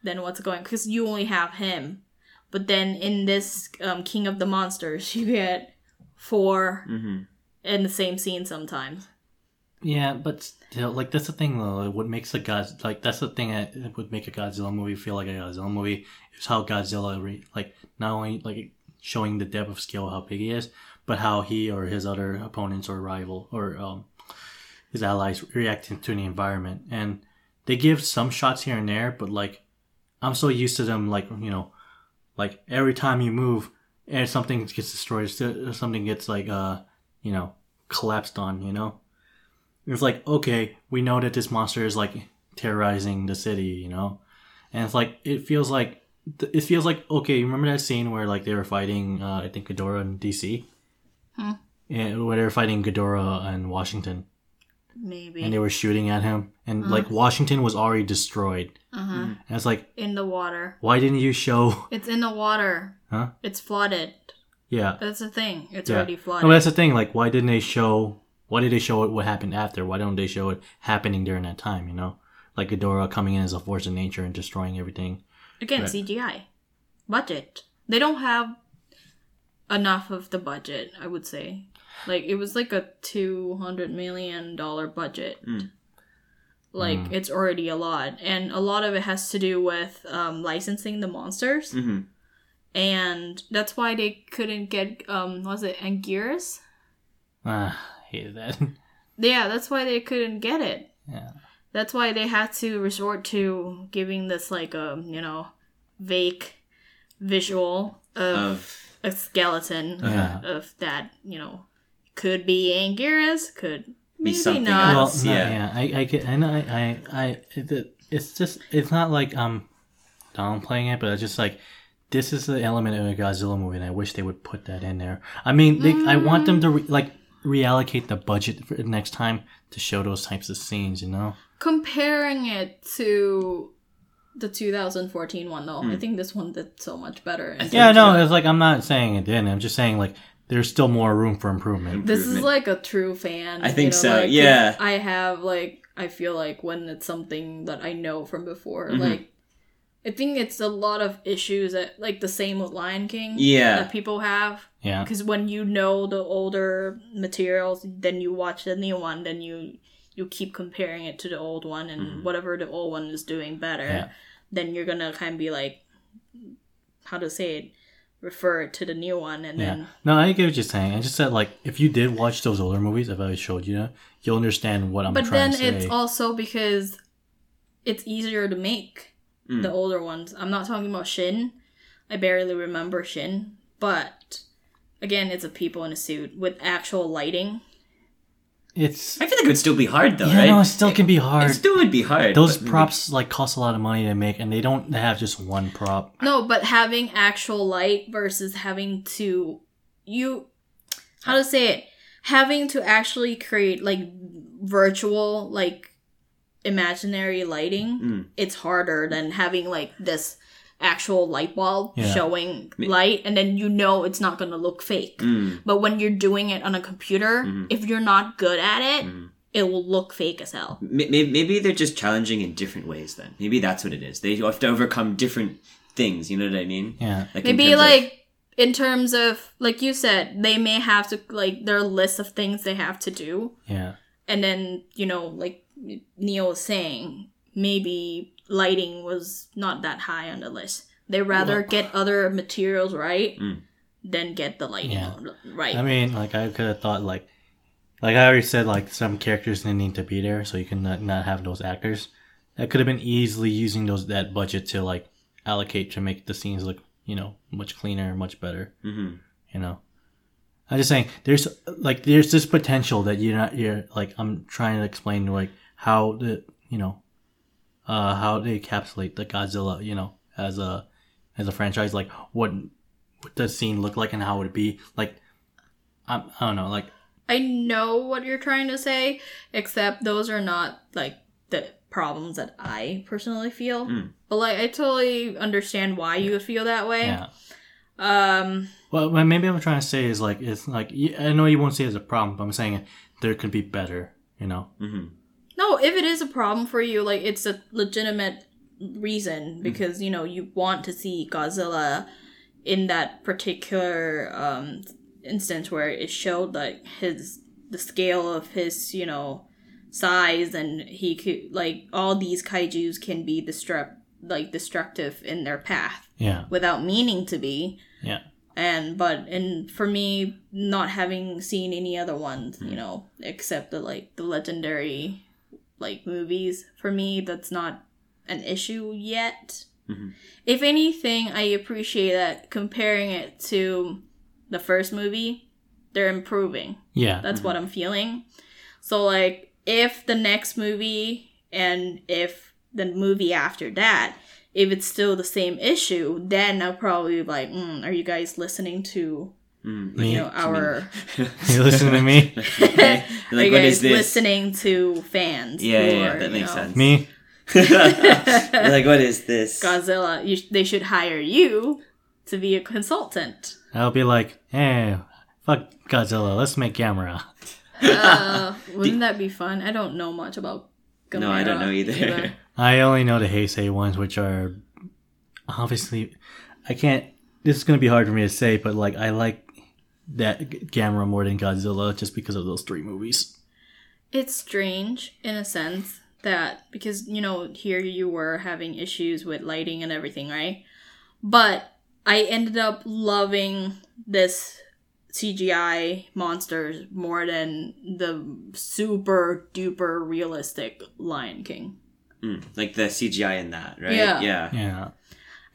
than what's going because you only have him, but then in this um, King of the Monsters you get four hmm in the same scene sometimes. Yeah, but still, like that's the thing though. Like, what makes a God like that's the thing that that would make a Godzilla movie feel like a Godzilla movie is how Godzilla re- like not only like showing the depth of scale how big he is, but how he or his other opponents or rival or um his allies react to the environment. And they give some shots here and there, but like I'm so used to them like you know like every time you move and something gets destroyed, so- something gets like uh you know collapsed on you know. It's like, okay, we know that this monster is like terrorizing the city, you know? And it's like, it feels like, it feels like, okay, you remember that scene where like they were fighting, uh, I think Ghidorah and DC? Hmm. And where they were fighting Ghidorah and Washington. Maybe. And they were shooting at him. And like, Washington was already destroyed. uh-huh. And it's like, In the water. why didn't you show, It's in the water. huh? It's flooded. Yeah. That's the thing. It's Yeah. already flooded. No, that's the thing. Like, why didn't they show? Why did they show it? What happened after? Why don't they show it happening during that time? You know, like Ghidorah coming in as a force of nature and destroying everything. Again, Right. CGI. Budget. They don't have enough of the budget, I would say. Like it was like a two hundred million dollar budget. Mm. Like Mm. it's already a lot. And a lot of it has to do with um, licensing the monsters. hmm and that's why they couldn't get um what was it Anguirus? Ah, hated that. Yeah, that's why they couldn't get it. yeah. That's why they had to resort to giving this like a you know vague visual of Of a skeleton Yeah. of that you know could be Anguirus, could maybe something not. Well, else. no, Yeah. yeah. I, I get, I know, I, I, I it, it's just, it's not like I'm downplaying it, but it's just like, this is the element of a Godzilla movie, and I wish they would put that in there. I mean, they, I want them to Mm. re, like reallocate the budget for next time to show those types of scenes. You know? Comparing it to the 2014 one though, I think this one did so much better. in Hmm. I think- Yeah. No, Yeah. it's like I'm not saying it didn't. I'm just saying like there's still more room for improvement. this is improvement. like a true fan. I think so, like, yeah. I have like I feel like when it's something that I know from before, Mhm. like I think it's a lot of issues that like the same with Lion King. Yeah. that people have Yeah. because when you know the older materials, then you watch the new one, then you you keep comparing it to the old one, and Mhm. whatever the old one is doing better, Yeah. then you're gonna kind of be like, how to say it, refer it to the new one, and Yeah. then No, I get what you're saying. I just said like if you did watch those older movies, if I showed you, you'll understand what I'm but trying then to say. it's also because it's easier to make Mm. the older ones. I'm not talking about Shin. I barely remember Shin, but again, it's a people in a suit with actual lighting. it's I feel like it would still be hard though, yeah, right? no, it still can be hard. It still would be hard. Those but- props like cost a lot of money to make, and they don't have just one prop. No, but having actual light versus having to you how to say it? Having to actually create like virtual like imaginary lighting, Mm. it's harder than having like this actual light bulb Yeah. showing light and then you know it's not going to look fake. Mm, But when you're doing it on a computer, Mhm. if you're not good at it, mm. it will look fake as hell. May- may- Maybe they're just challenging in different ways. Then maybe that's what it is. They have to overcome different things. You know what I mean? Yeah, Like in maybe terms of- like in terms of like you said they may have to like their list of things they have to do yeah, and then you know like neil was saying maybe lighting was not that high on the list they rather Well- get other materials right Mm. than get the lighting Yeah. on- right I mean, like I could have thought like, like I already said, like some characters didn't need to be there, so you can not, not have those actors. That could have been easily using those that budget to like allocate to make the scenes look you know much cleaner, much better. Mhm. you know i'm just saying there's like there's this potential that you're not you're like i'm trying to explain like how the you know uh how they encapsulate the godzilla you know as a as a franchise like what what does scene look like and how would it be like I'm, i don't know like I know what you're trying to say, except those are not like the problems that I personally feel. Mm. But like, I totally understand why you would feel that way. yeah Um, well what maybe i'm trying to say is like it's like y- i know you won't see it as a problem but i'm saying there could be better you know Mhm. no, if it is a problem for you, like it's a legitimate reason because you know you want to see Godzilla in that particular um, instance where it showed like his the scale of his you know size and he could like all these kaiju's can be destruct like destructive in their path yeah without meaning to be yeah and but and for me not having seen any other ones you know except the like the legendary like movies for me that's not an issue yet Mhm. if anything i appreciate that comparing it to the first movie they're improving yeah that's what Mm-hmm. i'm feeling so like if the next movie and if the movie after that if it's still the same issue then i'll probably be like mm, are you guys listening to Mm, Me? you know our you listen to me like are you what guys is this? listening to fans Yeah, yeah, yeah, or, that you makes know, sense. me like what is this? godzilla you, sh- they should hire you to be a consultant I'll be like, hey, fuck Godzilla, let's make Gamera. uh, wouldn't that be fun i don't know much about no, I don't Gamera know either. I only know the Heisei ones, which are obviously, I can't. This is gonna be hard for me to say, but like, I like that G- Gamera more than Godzilla just because of those three movies. It's strange in a sense that because you know here you were having issues with lighting and everything, right? But I ended up loving this CGI monsters more than the super duper realistic Lion King. Mm, like the CGI in that, right? Yeah. Yeah.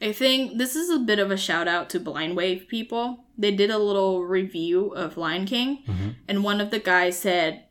I think this is a bit of a shout out to Blind Wave people. They did a little review of Lion King, Mhm. and one of the guys said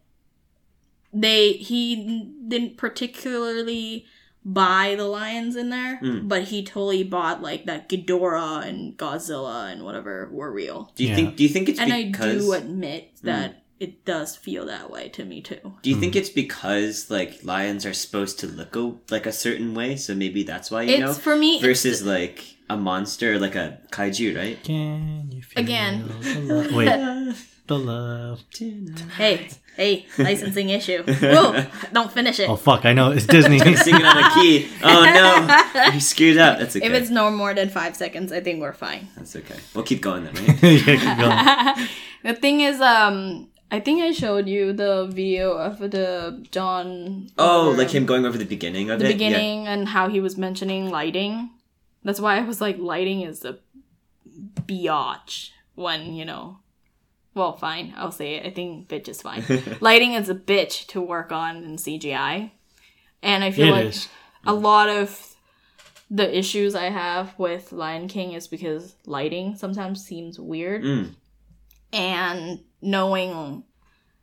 they he didn't particularly buy the lions in there, Mm. but he totally bought like that Ghidorah and Godzilla and whatever were real. Do you Yeah. think? Do you think it's And I because? Hmm. do admit that it does feel that way to me too. do you think Mm-hmm. it's because like lions are supposed to look o- like a certain way, so maybe that's why you It's know for me it's- versus like a monster, like a kaiju, right? Can you feel Again. the love? Wait, the love. Hey, hey, licensing issue. Whoa, don't finish it. Oh fuck! I know it's Disney. Singing on a key. Oh no, you screwed up. That's okay. If it's no more than five seconds, I think we're fine. That's okay. We'll keep going then, right? yeah, keep going. the thing is, um, I think I showed you the video of the John. Oh, over like him going over the beginning of The it. beginning and how he was mentioning lighting. That's why I was like, lighting is a biatch when you know. Well, fine, I'll say it. I think bitch is fine. lighting is a bitch to work on in CGI, and I feel It like is. a lot of the issues I have with Lion King is because lighting sometimes seems weird. Yeah. Mm. And knowing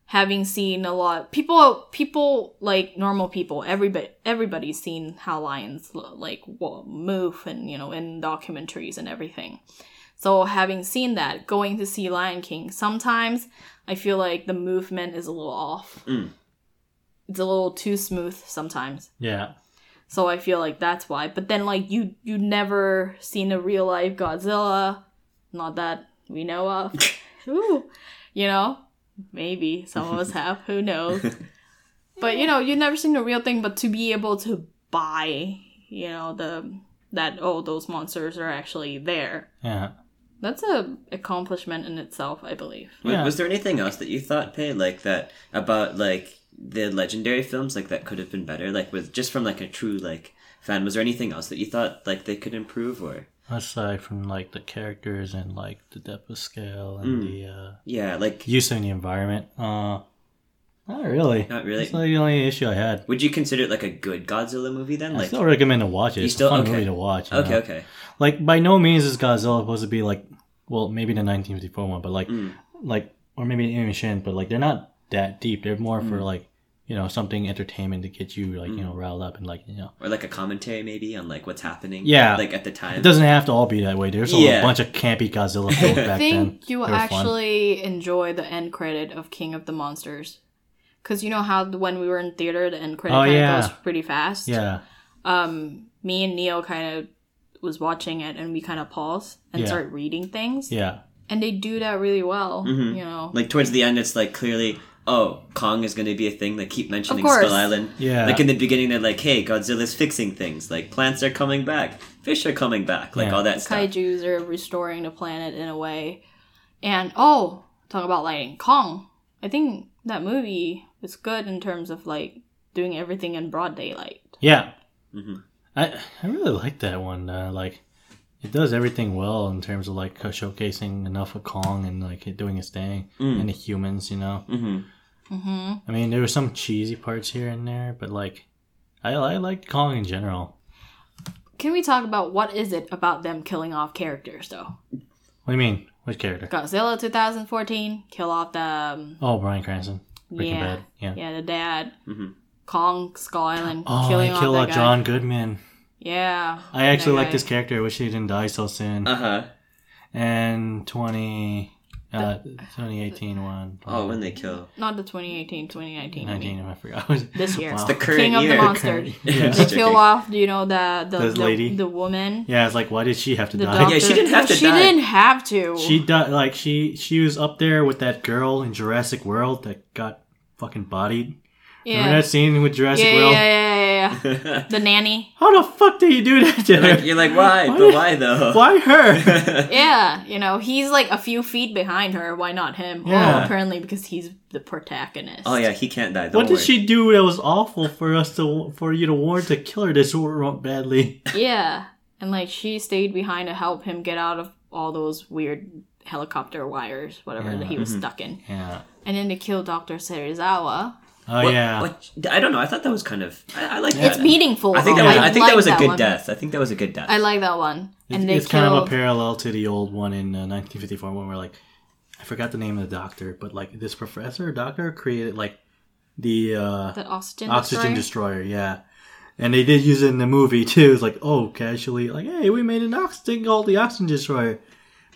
having seen a lot people people like normal people everybody everybody's seen how lions lo- like wa- move and you know in documentaries and everything so having seen that going to see lion king sometimes i feel like the movement is a little off Mm. it's a little too smooth sometimes Yeah. so I feel like that's why. But then like you you never seen a real life Godzilla, not that we know of. Ooh, you know, maybe some of us have. Who knows? But you know, you've never seen the real thing. But to be able to buy, you know, the that oh those monsters are actually there. Yeah. That's a accomplishment in itself, I believe. Was, Yeah. was there anything else that you thought, Pei, like that about like the legendary films, like that could have been better, like with just from like a true like fan? Was there anything else that you thought like they could improve or? Aside from like the characters and like the depth of scale and the uh, Yeah, like use of the environment, uh, not really. not really. That's like the only issue I had. Would you consider it like a good Godzilla movie then? I Like still recommend to watch it. It's still- a fun okay. movie to watch. you okay, know? okay, Like by no means is Godzilla supposed to be like, well, maybe the 1954 one, but like, Mm. like or maybe the Shin, but like they're not that deep. They're more Mm. for like, you know, something entertainment to get you like you know riled up and like you know. or like a commentary maybe on like what's happening. Yeah. like at the time. It doesn't have to all be that way. There's a Yeah. bunch of campy Godzilla films I back then. think you will They were fun. actually enjoy the end credit of King of the Monsters. Because you know how th- when we were in theater, the end credit Oh, kind of yeah. goes pretty fast? Yeah. Um, me and Neil kind of was watching it and we kind of pause and Yeah. start reading things. Yeah. And they do that really well, Mhm. you know. Like towards the end, it's like clearly, oh, Kong is going to be a thing. They keep mentioning Of course. Skull Island. Yeah. Like in the beginning, they're like, hey, Godzilla's fixing things. Like plants are coming back, fish are coming back, like Yeah. all that The stuff. kaijus are restoring the planet in a way. And oh, talk about lighting. Kong. I think that movie is good in terms of like doing everything in broad daylight. Yeah. Mhm. I I really like that one. Uh, like, it does everything well in terms of like showcasing enough of Kong and like it doing his thing Mm. and the humans. You know, hmm hmm I mean, there were some cheesy parts here and there, but like, I I liked Kong in general. Can we talk about what is it about them killing off characters though? What do you mean? Which character? Godzilla 2014, kill off the um, Oh, Brian Cranston. Breaking yeah, Bad. Yeah. yeah, the dad. Mhm. Kong Skull Island, Oh, killing they kill off out that guy. John Goodman. Yeah, I actually That like guy. this character. I wish he didn't die so soon. Uh huh. and 20, uh, 2018 one. Oh, when they kill. not the 2018, 2019. I 19, mean, I forgot. this year, Wow. The current King of year. the Monsters. Yeah. They Just kill joking. off, you know, the the, The the- lady. the woman. Yeah, it's like why did she have to The die? doctor. Yeah, she didn't have to She die. didn't have to. She died like she she was up there with that girl in Jurassic World that got fucking bodied. Remember yeah. that scene with Jurassic yeah, yeah, yeah, World? yeah, yeah, yeah. The nanny. How the fuck did you do that to like, her? you're like, why? Why But did- why though? Why her? Yeah, you know, he's like a few feet behind her. Why not him? Yeah. Oh, apparently because he's the protagonist. Oh yeah, he can't die. Don't what did worry. she do that was awful for us to for you to warn to kill her this wrong badly? Yeah. and like she stayed behind to help him get out of all those weird helicopter wires, whatever Yeah. that he was Mm-hmm. stuck in, Yeah. and then to kill Doctor Serizawa. Oh What- yeah. what- I don't know. I thought that was kind of. I, I like It's that. meaningful. I think though. that was. I, think that like was a good one. death. I think that was a good death. I like that one. It's, and they it's kill. kind of a parallel to the old one in uh, 1954 when we're like, I forgot the name of the doctor, but like this professor or doctor created like the uh, that oxygen. oxygen destroyer? destroyer. Yeah, and they did use it in the movie too. It's like oh, casually like hey, we made an oxygen called the oxygen destroyer,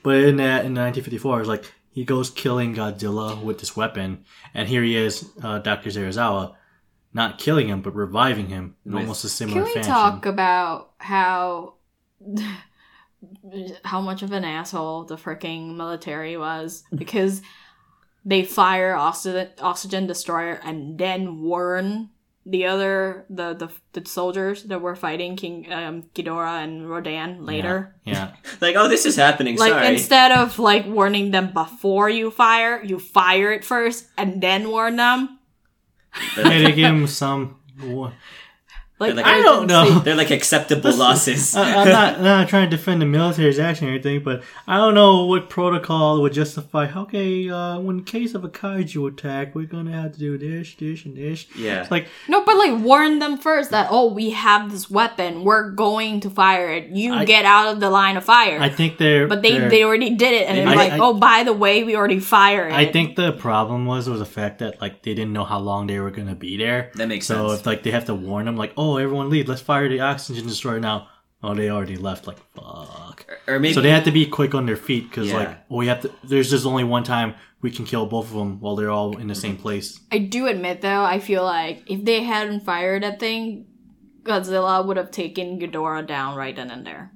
but in that in 1954 it's like he goes killing Godzilla with this weapon, and here he is, uh, Doctor Serizawa, not killing him but reviving him in With- almost a Can similar we fashion. talk about how how much of an asshole the freaking military was because they fire oxygen oxygen destroyer and then warn the other the the, the soldiers that were fighting King um, Ghidorah and Rodan later. Yeah. like, oh, this is happening. Like Sorry. instead of like warning them before you fire, you fire it first and then warn them. yeah. yeah, they give him some. wa- Like, Like, I don't know. urgency. They're like acceptable losses. Uh, I- I'm not, not trying to defend the military's action or anything, but I don't know what protocol would justify. Okay, uh, in case of a kaiju attack, we're gonna have to do this, this, and this. yeah. It's like, No, but like warn them first that oh, we have this weapon. We're going to fire it. You I- get out of the line of fire. I think they're. but they they're- they already did it, and They they're did. like, I- I- oh, by the way, we already fired. I it." think the problem was was the fact that like they didn't know how long they were gonna be there. That makes so sense. if like they have to warn them, like, oh, everyone leave, let's fire the oxygen destroyer now. Oh, they already left. Like, fuck. or maybe. So they had to be quick on their feet because Yeah. like we have to. There's just only one time we can kill both of them while they're all in the same place. I do admit though, I feel like if they hadn't fired that thing, Godzilla would have taken Ghidorah down right then and there.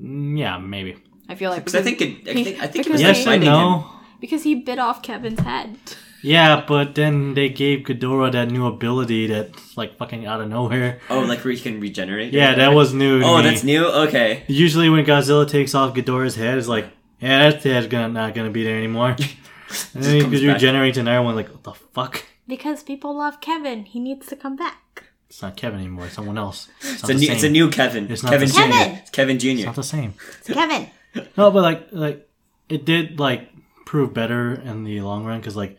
Mm, Yeah, maybe. I feel like Because I think it. I he- think. I think it because was they- like Yes and fighting him. no. because he bit off Kevin's head. Yeah, but then they gave Ghidorah that new ability that's like fucking out of nowhere. Oh, like where he can regenerate. or Yeah, that whatever? was new. to Oh, me. that's new. Okay. Usually when Godzilla takes off Ghidorah's head, it's like, yeah, that head's gonna, not gonna be there anymore. and then he comes could back. regenerate another one. Like, what the fuck? Because people love Kevin, he needs to come back. It's not Kevin anymore. It's someone else. It's, It's not a the new. same. It's a new Kevin. It's not Kevin the Junior. same. It's Kevin It's Junior. not the same. It's Kevin. No, but like, like it did like prove better in the long run because like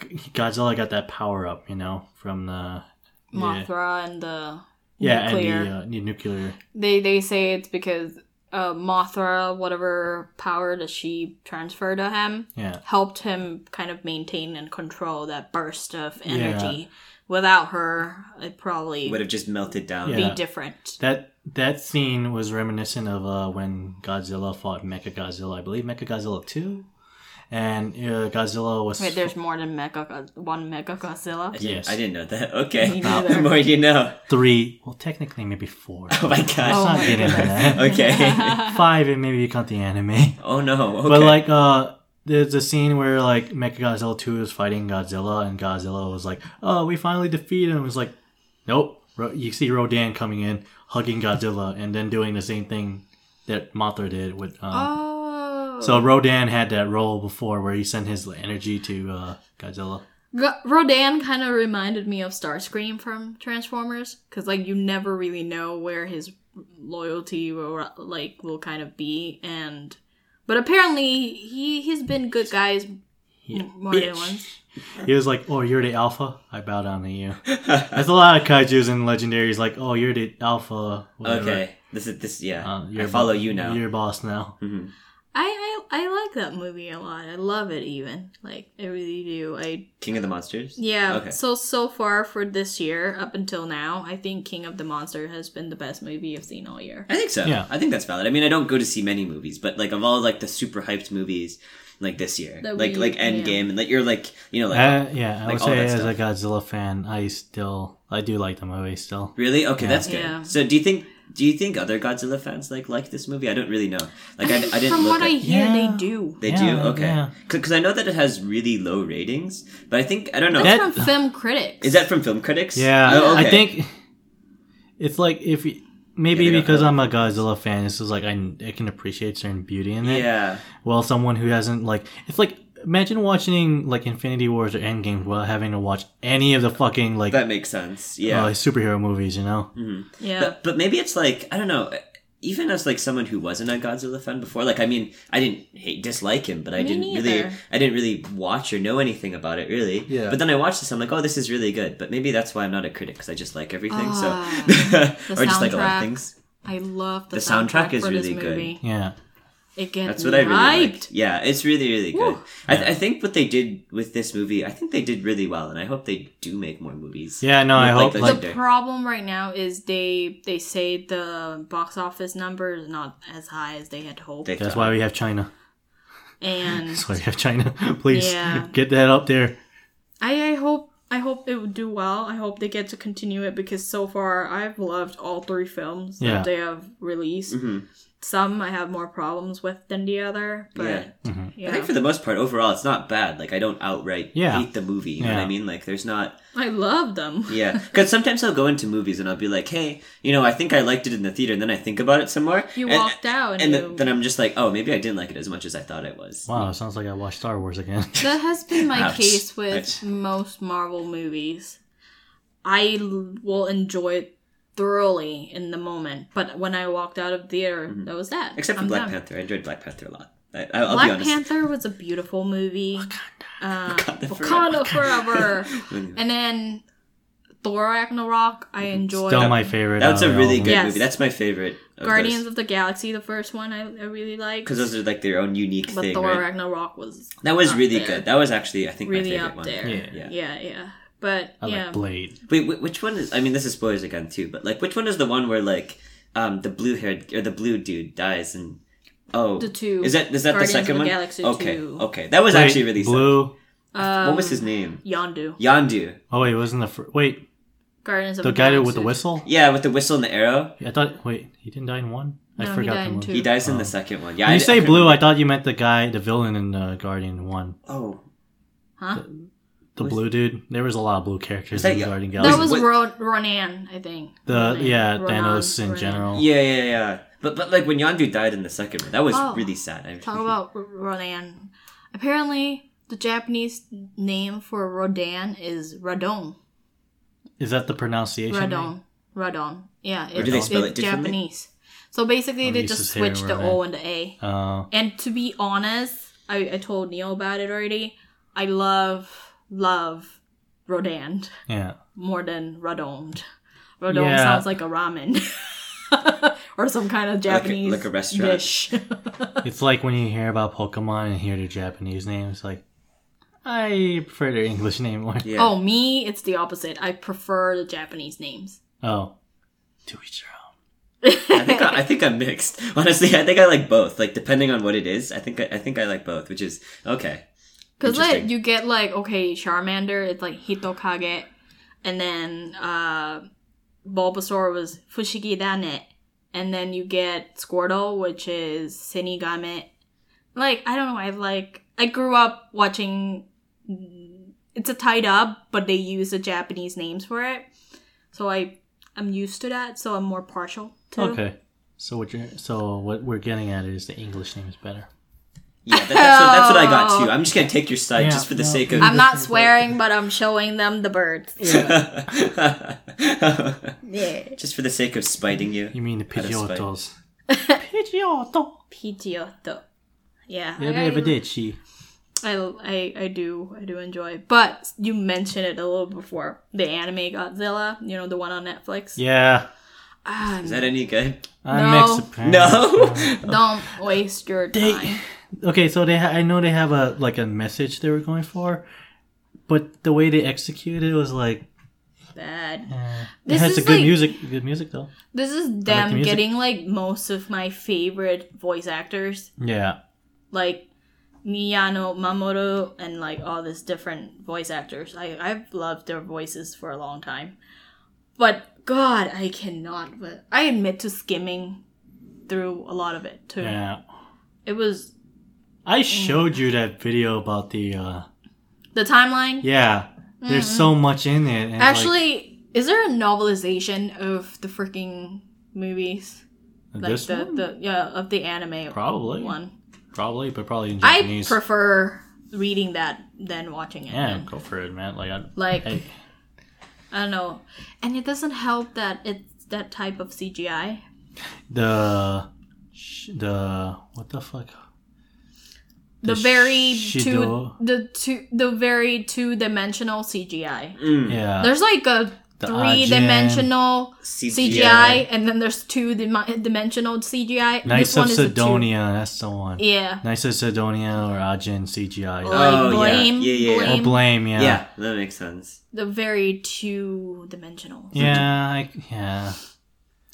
G- Godzilla got that power up, you know, from the Mothra and the yeah nuclear. and the, uh, the nuclear. They they say it's because uh, Mothra, whatever power that she transferred to him, Yeah, helped him kind of maintain and control that burst of energy. Without her, it probably Would would have just melted down. be Yeah. different. that that scene was reminiscent of uh, when Godzilla fought Mechagodzilla. I believe Mechagodzilla two, and uh, Godzilla was Wait, there's more than Mega one Mega Godzilla. I didn't- Yes. I didn't know that. Okay. Me The neither. more you know. three. Well, technically maybe four. Oh my Let's Oh gosh. not my get into that. Okay. Five and maybe you count the anime. Oh no. Okay. But like uh there's a scene where like Mechagodzilla 2 is fighting Godzilla and Godzilla was like, "Oh, we finally defeated him." It was like, "Nope." Ro- you see Rodan coming in, hugging Godzilla and then doing the same thing that Mothra did with um, Oh, So Rodan had that role before where he sent his energy to uh, Godzilla. G- Rodan kind of reminded me of Starscream from Transformers because like you never really know where his loyalty will like will kind of be, and but apparently he he's been good guys m- more than once. He was like, "Oh, you're the alpha. I bow down to you." There's a lot of kaiju's and legendaries like, "Oh, you're the alpha." whatever. okay. This is this. Yeah. Uh, I you're follow bo- you now. You're boss now. Mhm. I, I I like that movie a lot. I love it even like I really do. I King of the Monsters. yeah. Okay. So so far for this year up until now, I think King of the Monster has been the best movie I've seen all year. I think so. Yeah. I think that's valid. I mean, I don't go to see many movies, but like of all like the super hyped movies, like this year, That like we- like Endgame, and like you're like you know like Uh, yeah, I like would all say that as a Godzilla fan, I still I do like the movie still. really okay, that's good. Yeah. So do you think do you think other Godzilla fans like like this movie? I don't really know. Like I, I didn't From what look at, I hear, Yeah. they do. They Yeah, do okay yeah. because I know that it has really low ratings, but I think I don't know. Is That's That- from film critics. that from film critics? Yeah, Oh, I okay. think it's like if y- maybe Yeah, they don't because know. I'm a Godzilla fan, this is like I, I can appreciate certain beauty in it. Yeah, Well, someone who hasn't like it's like imagine watching like Infinity Wars or Endgame without having to watch any of the fucking like that makes sense. uh, Yeah, Mm. superhero movies, you know? yeah. but, but maybe it's like I don't know. even as like someone who wasn't a Godzilla fan before, like I mean, I didn't hate, dislike him, but I Me didn't really, neither. I didn't really watch or know anything about it really. Yeah. But then I watched this, I'm like, oh, this is really good. But maybe that's why I'm not a critic because I just like everything. Ah, so or just like a lot soundtrack. of things. I love the, The soundtrack, soundtrack is for really this good. movie. Yeah. It gets That's what I really hyped. liked. Yeah, it's really really good. Woo. I, th- I think what they did with this movie, I think they did really well, and I hope they do make more movies. Yeah, no, I Like hope the- like The Legendary. problem right now is they they say the box office number is not as high as they had hoped, They that's thought- why we have China. and That's why we have China. Please Yeah. get that up there. I, I hope I hope it would do well. I hope they get to continue it because so far I've loved all three films Yeah. that they have released. Mhm. Some I have more problems with than the other, but yeah, I think for the most part, overall, it's not bad. Like I don't outright Yeah. hate the movie. You know what Yeah. I mean? Like there's not I love them. Yeah, because sometimes I'll go into movies and I'll be like, "Hey, you know, I think I liked it in the theater," and then I think about it some more. You and, walked out and, and you- then, then I'm just like, "Oh, maybe I didn't like it as much as I thought it was." Wow, it sounds like I watched Star Wars again. That has been my Ouch. case with Ouch. most Marvel movies. I l- will enjoy it thoroughly in the moment, but when I walked out of theater, that was that. Mm-hmm. Except for I'm Black done. Panther, I enjoyed Black Panther a lot. I, I- I'll be Black honest. Oh, Panther was a beautiful movie. Uh, Wakanda Wakanda forever. Mm. and then Thor Ragnarok, Mm-hmm. I enjoyed. Still my favorite. uh, That's out a of really all of good them. Yes. movie. That's my favorite. Guardians of the Galaxy, the first one, I, I really liked. because those are like their own unique but thing, Thor right? Ragnarok was That was up really there. good. That was actually, I think, my really favorite up one. there. Yeah. Yeah, Yeah. yeah. But I yeah, like Blade. Wait, wh- which one is? I mean, this is spoilers again too, but like, which one is the one where like, um, the blue haired or the blue dude dies and oh, The two. is that is that Guardians the of second the one? Galaxy okay, two. Um, okay, that was Wait, actually really sad. blue. what was his name? Yondu. Yandu. Oh wait, wasn't the fir- wait Guardians of the the, guy with the Galaxy. whistle? Yeah, with the whistle and the arrow. I thought wait he didn't die in one. I No, he forgot died the in movie. two. He dies in the second one. Yeah, Oh. When I- you say I blue, remember- I thought you meant the guy, the villain in uh, Guardian One, Oh, Huh? the Was- blue dude. There was a lot of blue Was characters that y- in Guardian That Galaxy. was What- Ro- Ronan, I think. the Ronan. yeah Ronan, Thanos in Ronan. general. yeah, yeah, yeah. But but like when Yandu died in the second one, that was Oh. really sad. I- Talk about R- Ronan. Apparently, the Japanese name for Rodan is Radon. Is that the pronunciation? Radon. Radon. Yeah, Or do they spell it it's differently? Japanese. So basically, I'm they used just to hearing switched the Ronan. O and the A. Uh, And to be honest, I, I told Neil about it already. I love, love Rodan. yeah. more than radon. Radon Yeah. sounds like a ramen or some kind of a- Japanese like a restaurant. dish. It's like when you hear about Pokemon and hear the Japanese names. Like, I prefer their English name more. Yeah. Oh, me, it's the opposite. I prefer the Japanese names. Oh, to each their own. I think I, I think I'm mixed. Honestly, I think I like both. Like depending on what it is, I think I, I think I like both, which is okay. Because like Interesting. you get like okay, Charmander, it's like Hitokage, and then uh, Bulbasaur was Fushigi Dane, and then you get Squirtle, which is Sinigame. Like I don't know, I like I grew up watching. It's a tied up, but they use the Japanese names for it, so I I'm used to that, so I'm more partial to. Okay. So what you're so what we're getting at is the English name is better. Yeah, that, that's, what, that's what I got too. I'm just gonna take your side Yeah, just for the no. sake of. I'm not swearing, but I'm showing them the birds. Yeah. just for the sake of spiting you. You mean the Out of spite. Pidgeotos? Pidgeotto. Pidgeotto. Yeah. I- I- Arrivederci. I, I I do I do enjoy, but you mentioned it a little before the anime Godzilla, you know the one on Netflix. Yeah. Ah, Is that any good? I'm No. mixed. apparently. No. don't waste your time. Okay, so they ha- I know they have a like a message they were going for, but the way they executed it was like Bad. eh. it This has is a good like- music. Good music though. This is them music. getting like most of my favorite voice actors, Yeah. like Miyano Mamoru and like all these different voice actors. I I've loved their voices for a long time, but God, I cannot. I admit to skimming through a lot of it too. Yeah. It was I showed you that video about the uh the timeline. yeah. There's so much in it. and it's like- Mm-hmm. Actually, is there a novelization of the freaking movies? Like this the, one? the yeah, of the anime probably one. probably, but probably in I Japanese. prefer reading that than watching it. yeah, go for it, man. Like, I, Like I- I don't know. And it doesn't help that it's that type of CGI. the sh- the what the fuck the very two Shido- the two the very two dimensional CGI. Mm. yeah There's like a Uh, The three Ajin. dimensional CGI. CGI, and then there's two dim- dimensional CGI. Knights of a two- Sidonia that's the one Yeah. Knights of Sidonia or Ajin CGI Like Oh, yeah. blame, Yeah, Oh, yeah, yeah. or blame, Blame yeah Yeah. that makes sense. the very two dimensional. yeah I, yeah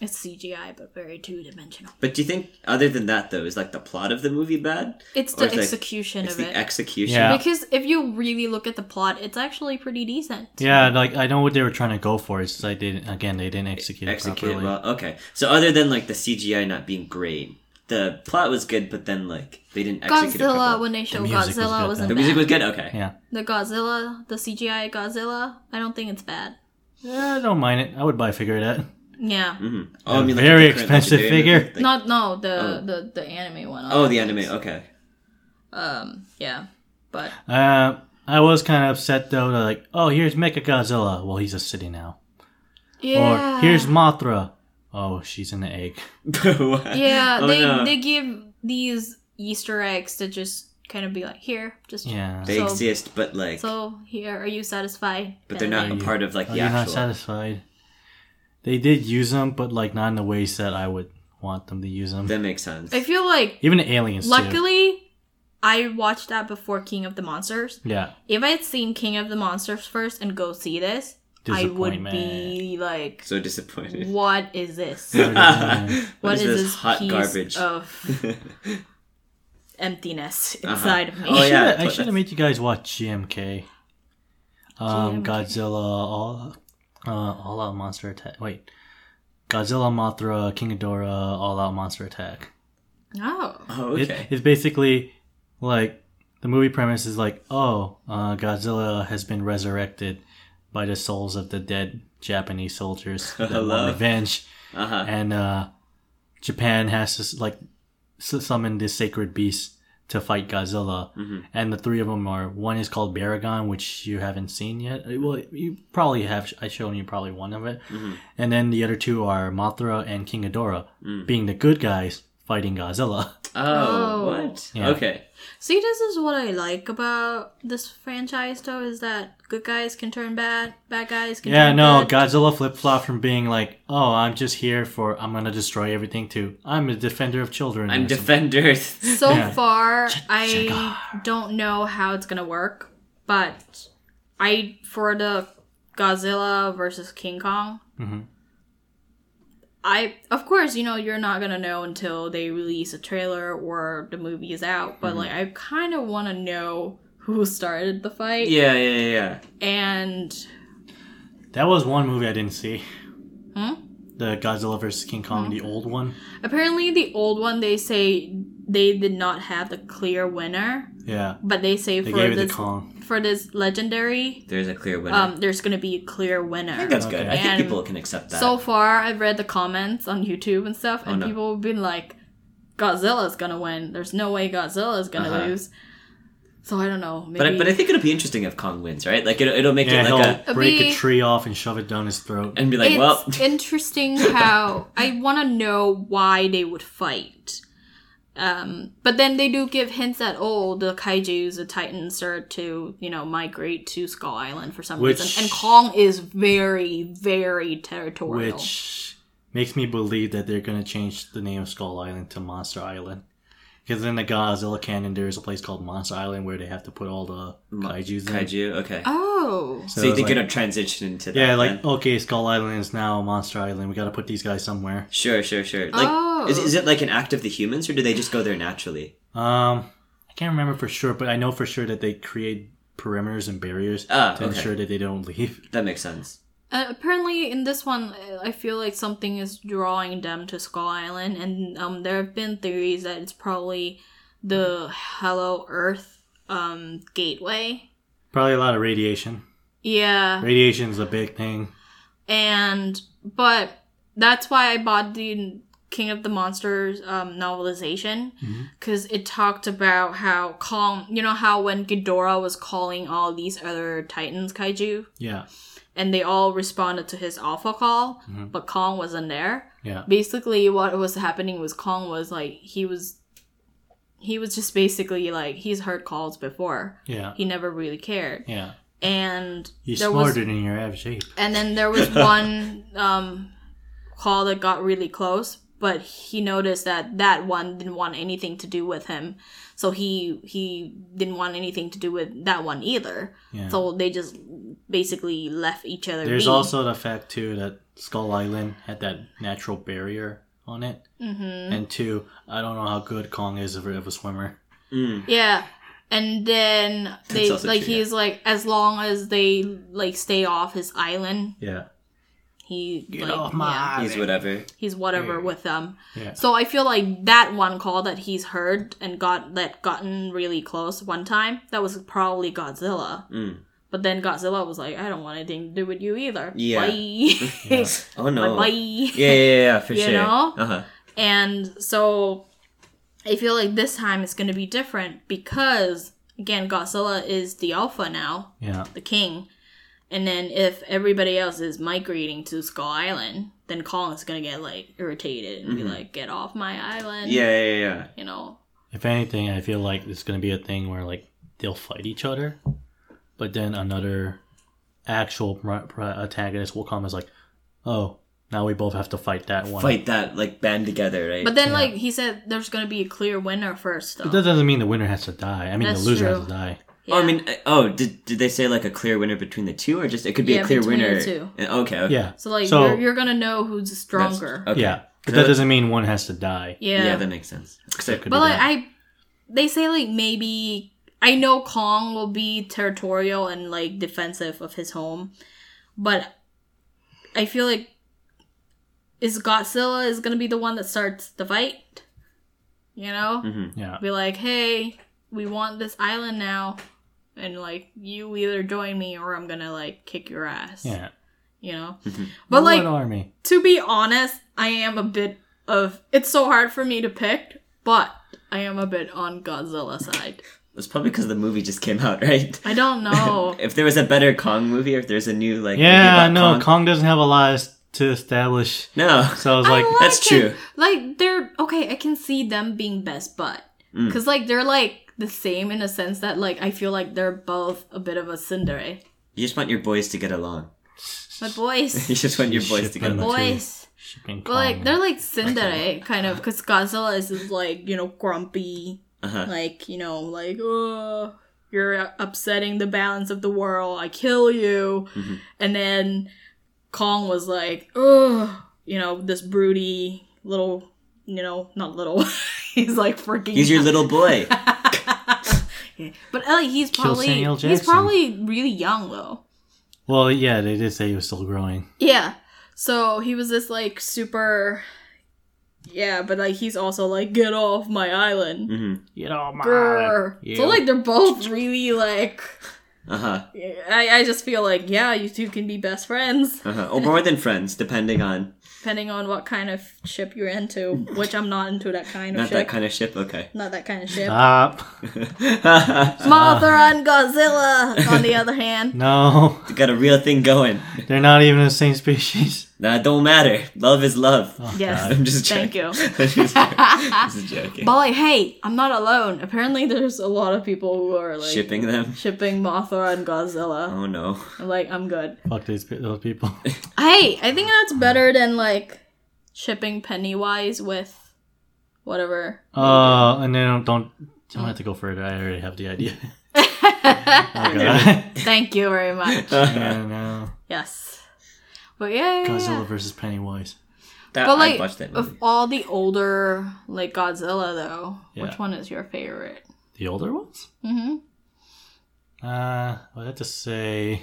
It's CGI, but very two dimensional. But do you think, other than that, though, is like the plot of the movie bad? It's Or the it's like- execution It's of it. the execution. Yeah. Because if you really look at the plot, it's actually pretty decent. yeah like I know what they were trying to go for it's just I didn't again they didn't execute, it Executed properly well. Okay. So, other than like the CGI not being great, the plot was good, but then like they didn't execute it. Godzilla, properly. when they show music was Godzilla, good, wasn't The bad. music was good? Okay. yeah the Godzilla, the CGI Godzilla, I don't think it's bad. yeah I don't mind it I would buy a figure of that Yeah. Mm-hmm. A very expensive figure. Not no the Oh. the the anime one. oh, the anime. Okay. Um. Yeah. But uh I was kind of upset though that like oh here's Mechagodzilla well he's a city now yeah. Or here's Mothra. Oh, she's in the egg. What? yeah. Oh, they no. they give these Easter eggs to just kind of be like here, just Yeah. They So- exist, but like, so here. Are you satisfied? but they're Kind of not a part of like Oh, the you're not actual. satisfied. They did use them, but like not in the ways that I would want them to use them. that makes sense. thing. I feel like Even the aliens too. luckily, I watched that before King of the Monsters. Yeah. If I had seen King of the Monsters first and go see this, I would Disappointment. be like, so disappointed. "What is this? What is this hot piece garbage? of emptiness inside of me?" Oh, yeah, Should've- but I should that's- have made you guys watch GMK. Um, GMK. Godzilla, all, uh, all out monster attack. Wait, Godzilla, Mothra, King Ghidorah, all out monster attack. Oh. Oh, It- okay. it's basically like the movie premise is like, oh, uh, Godzilla has been resurrected by the souls of the dead Japanese soldiers that Hello. want revenge, Uh huh. and uh, Japan has to s- like s- summon this sacred beast to fight Godzilla. Mhm. And the three of them are one is called Baragon, which you haven't seen yet. Uh, Well, you probably have. I shown you probably one of it, Mhm. and then the other two are Mothra and King Ghidorah, Mm. being the good guys fighting Godzilla. Oh, Oh. what? Yeah. Okay. See, this is what I like about this franchise, though, is that good guys can turn bad, bad guys can Yeah, turn no, good. Godzilla flip flop from being like, "Oh, I'm just here for I'm gonna destroy everything" to "I'm a defender of children." I'm or something. defenders. So Yeah. far, I don't know how it's gonna work, but I for the Godzilla versus King Kong, Mhm. I of course you know you're not gonna know until they release a trailer or the movie is out, Mm-hmm. but like I kind of want to know who started the fight yeah, yeah, yeah, yeah. and That was one movie I didn't see. Hmm? The Godzilla versus King Kong, the old one. Apparently, the old one they say they did not have the clear winner, Yeah, but they say they for gave it this to Kong. for this legendary, There's a clear winner. um, there's gonna be a clear I think winner. that's good. Okay. I think And people can accept that. So far, I've read the comments on YouTube and stuff, and Oh, no. people have been like, "Godzilla's gonna win. There's no way Godzilla's gonna Uh-huh. lose." So I don't know. but I, Maybe but I think it'll be interesting if Kong wins, right? Like it'll, it'll make Yeah, it he'll like a break Be- a tree off and shove it down his throat. and be like, well, it's interesting how I want to know why they would fight. Um, but then they do give hints that oh, the kaiju's, the titans are to you know migrate to Skull Island for some Which- reason, and Kong is very, very territorial. which makes me believe that they're gonna change the name of Skull Island to Monster Island. Because in the Godzilla canon, there is a place called Monster Island where they have to put all the kaiju's in. kaiju. Okay. oh, so you it's think like- it'll transition into that? Yeah, like then? okay, Skull Island is now Monster Island. We got to put these guys somewhere. sure, sure, sure. Like, Oh. is, is it like an act of the humans, or do they just go there naturally? Um, I can't remember for sure, but I know for sure that they create perimeters and barriers Ah, to okay. ensure that they don't leave. That makes sense. uh, apparently in this one, uh, I feel like something is drawing them to Skull Island, and um, there have been theories that it's probably the Hello Earth um gateway. Probably a lot of radiation. Yeah, Radiation's a big thing. and but that's why I bought the King of the Monsters um, novelization Mm-hmm. because it talked about how calm, you know, how when Ghidorah was calling all these other Titans kaiju Yeah. and they all responded to his alpha call, but Kong wasn't there. Yeah. Basically, what was happening was Kong was like, he was. He was just basically like he's heard calls before. Yeah. He never really cared, Yeah. and You're there was smarter than your average ape. and then there was one um, call that got really close, but he noticed that that one didn't want anything to do with him, so he he didn't want anything to do with that one either. Yeah. So they just basically left each other. There's be. also the fact too that Skull Island had that natural barrier on it, mm-hmm. and two, I don't know how good Kong is of a of a swimmer. Mm. yeah. And then they also like true, yeah. he's like as long as they like stay off his island, Yeah, he Get like, off my yeah, He's whatever. he's whatever Yeah. with them. yeah, So I feel like that one call that he's heard and got that gotten really close one time, that was probably Godzilla. Mm. But then Godzilla was like, I don't want anything to do with you either. Yeah. Bye. Yeah. Oh no. Bye bye. Yeah, yeah, yeah, yeah, for You sure. know? Uh huh. And so I feel like this time it's gonna be different because again Godzilla is the alpha now, yeah, the king. And then if everybody else is migrating to Skull Island, then Kong is gonna get like irritated and be Mhm. like, Get off my island. Yeah, yeah, yeah, yeah. You know, If anything, I feel like it's gonna be a thing where like they'll fight each other, but then another actual pro- pro- antagonist will come as like, oh, now we both have to fight that one. Fight that, like band together, right? But then, like he said, there's gonna be a clear winner first, though. But that doesn't mean the winner has to die. I mean, That's the loser has true. to die. Oh, I mean, uh, oh, did, did they say like a clear winner between the two, or just it could be Yeah, a clear between the winner? two. Uh, Okay, okay. Yeah. so like so- you're, you're gonna know who's That's- stronger. okay. Yeah, Could- but that doesn't mean one has to die. Yeah, yeah. that makes sense. That could but be like that. I, they say like maybe I know Kong will be territorial and like defensive of his home, but I feel like is Godzilla is gonna be the one that starts the fight. You know, Mm-hmm. yeah, be like, hey, we want this island now. And like you either join me or I'm gonna like kick your ass. yeah. you know Mhm. but What like army? to be honest i am a bit of it's so hard for me to pick but i am a bit on godzilla side It's probably because the movie just came out, right? i don't know If there was a better Kong movie, or if there's a new like Yeah, movie about no, Kong. Kong, doesn't have a lot to establish. no, So I was I like, like that's it. true. like they're okay i can see them being best but Mm. because like they're like the same in a sense that like i feel like they're both a bit of a cinderella you just want your boys to get along. my You boys just want your You boys ship to get them. along. boys shipping but like Kong. they're like cinderella kind of because godzilla is just, like you know grumpy Uh huh. like you know like oh you're upsetting the balance of the world i kill you Mm-hmm. Mhm. and then kong was like oh you know this broody little you know not little he's like freaking He's your little boy. Yeah. but like he's probably Samuel he's Jackson. probably really young though well, yeah, they did say he was still growing. yeah. So he was this like super yeah, but like he's also like get off my island. hmm You know, my Grr. So like they're both really like Uh huh. I, I just feel like yeah, you two can be best friends Uh huh. Or more than friends, depending on depending on what kind of ship you're into, which I'm not into that kind of not ship. that kind of ship. Okay. not that kind of ship. stop. Mothra and Godzilla on the other hand. No, Got a real thing going. they're not even the same species. That don't matter. Love is love. Oh, Yes. I'm just joking. Thank you. I'm just joking. I'm just joking. But like, hey, I'm not alone. Apparently there's a lot of people who are like Shipping them. shipping Mothra and Godzilla. Oh no. I'm like, I'm good. Fuck these pe- those people. Hey, I think that's better than like shipping Pennywise with whatever. Uh, and then don't, don't I don't have to go further. I already have the idea. Oh god. Thank you very much. yeah, no. Yes. But yeah, yeah, yeah. Godzilla versus Pennywise. That, But like, I'd watch that of movie. all the older like Godzilla though, Yeah. which one is your favorite? The older ones. Mm-hmm. Uh, I would have to say,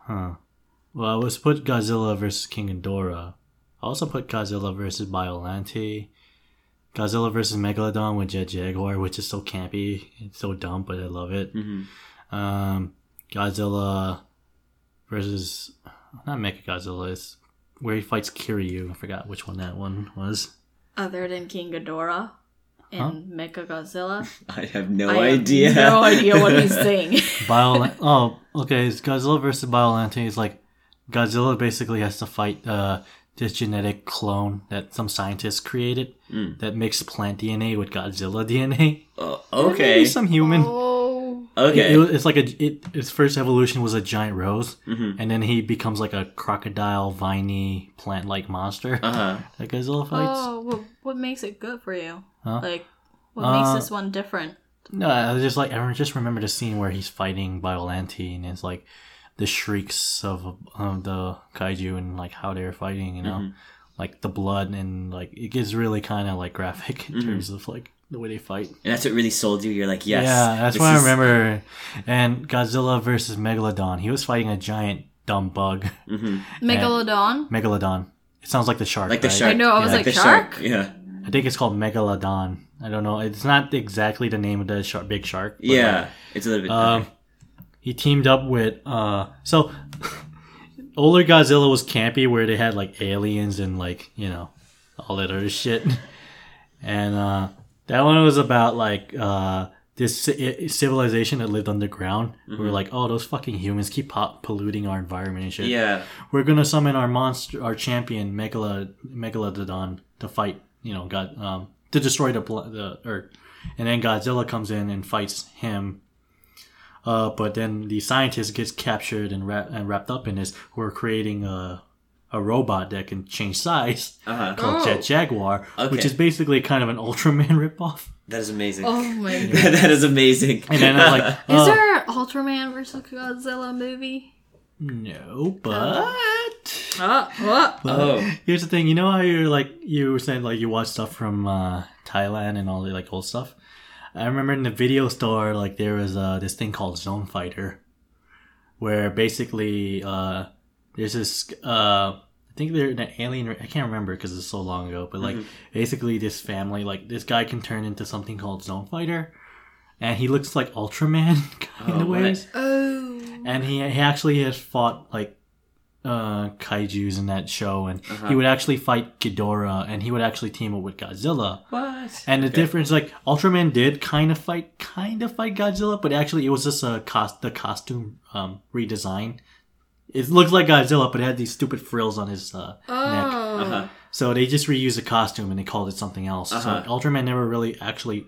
huh? Well, I was put Godzilla versus King Ghidorah. I also put Godzilla versus Biolante, Godzilla versus Megalodon with Jet Jaguar, which is so campy, it's so dumb, but I love it. hmm Um, Godzilla versus not Mecha Godzilla, it's where he fights Kiryu. I forgot which one that one was. Other than King Ghidorah and Mecha Godzilla, I have no I have idea. no idea what he's saying. Bio. oh, okay. It's Godzilla versus Biolante. It's like Godzilla basically has to fight uh, this genetic clone that some scientists created Mm. that makes plant DNA with Godzilla DNA. Oh, Or okay. maybe some human. Oh, Okay. It, it, it's like a it, its first evolution was a giant rose, Mhm. and then he becomes like a crocodile, viney, plant-like monster Uh huh. that Godzilla fights. oh what, what makes it good for you? Huh? Like, what Uh, makes this one different? No, I was just like I just remember the scene where he's fighting Biolante, and it's like the shrieks of, of the kaiju and like how they're fighting, you know, Mm-hmm. like the blood and like it gets really kind of like graphic in Mhm. terms of like the way they fight. And that's what really sold you. You're like, yes. yeah, that's this what I is- remember. And Godzilla versus Megalodon, he was fighting a giant dumb bug, Mhm. Megalodon. Megalodon. It sounds like the shark, Like the right? I shark. know. I was Yeah. like, the shark. Yeah. I think it's called Megalodon. I don't know. It's not exactly the name of the shark, big shark. but, Yeah. it's a little bit. Um, he teamed up with uh, so older Godzilla was campy where they had like aliens and like you know all that other shit, and uh, that one was about like uh, this ci- civilization that lived underground. We were like, oh, those fucking humans keep pop- polluting our environment and shit. yeah. We're gonna summon our monster, our champion Megala Megalodon to fight. You know, God um, to destroy the pl- the Earth, and then Godzilla comes in and fights him. Uh, but then the scientist gets captured and, wrap- and wrapped up in this. Who are creating a a robot that can change size Uh huh. called Oh. Jet Jaguar, which Okay. is basically kind of an Ultraman ripoff. That is amazing. Oh my god. that is amazing. And then I'm like, Is uh, there an Ultraman versus Godzilla movie? no, but. Oh, what? oh. Here's the thing, you know how you're like you were saying like you watch stuff from uh, Thailand and all the like old stuff. I remember in the video store like there was uh, this thing called Zone Fighter, where basically uh, there's this uh, I think they're an alien I can't remember because it's so long ago, but like Mm-hmm. basically this family like this guy can turn into something called Zone Fighter, and he looks like Ultraman in Oh, a what? ways Oh. and he he actually has fought like uh kaiju's in that show and Uh-huh. he would actually fight Ghidorah and he would actually team up with Godzilla What? and the Okay. difference like Ultraman did kind of fight kind of fight Godzilla but actually it was just a cost the costume um redesign it looked like Godzilla but it had these stupid frills on his uh Oh. Uh-huh. so they just reused the costume and they called it something else Uh-huh. so Ultraman never really actually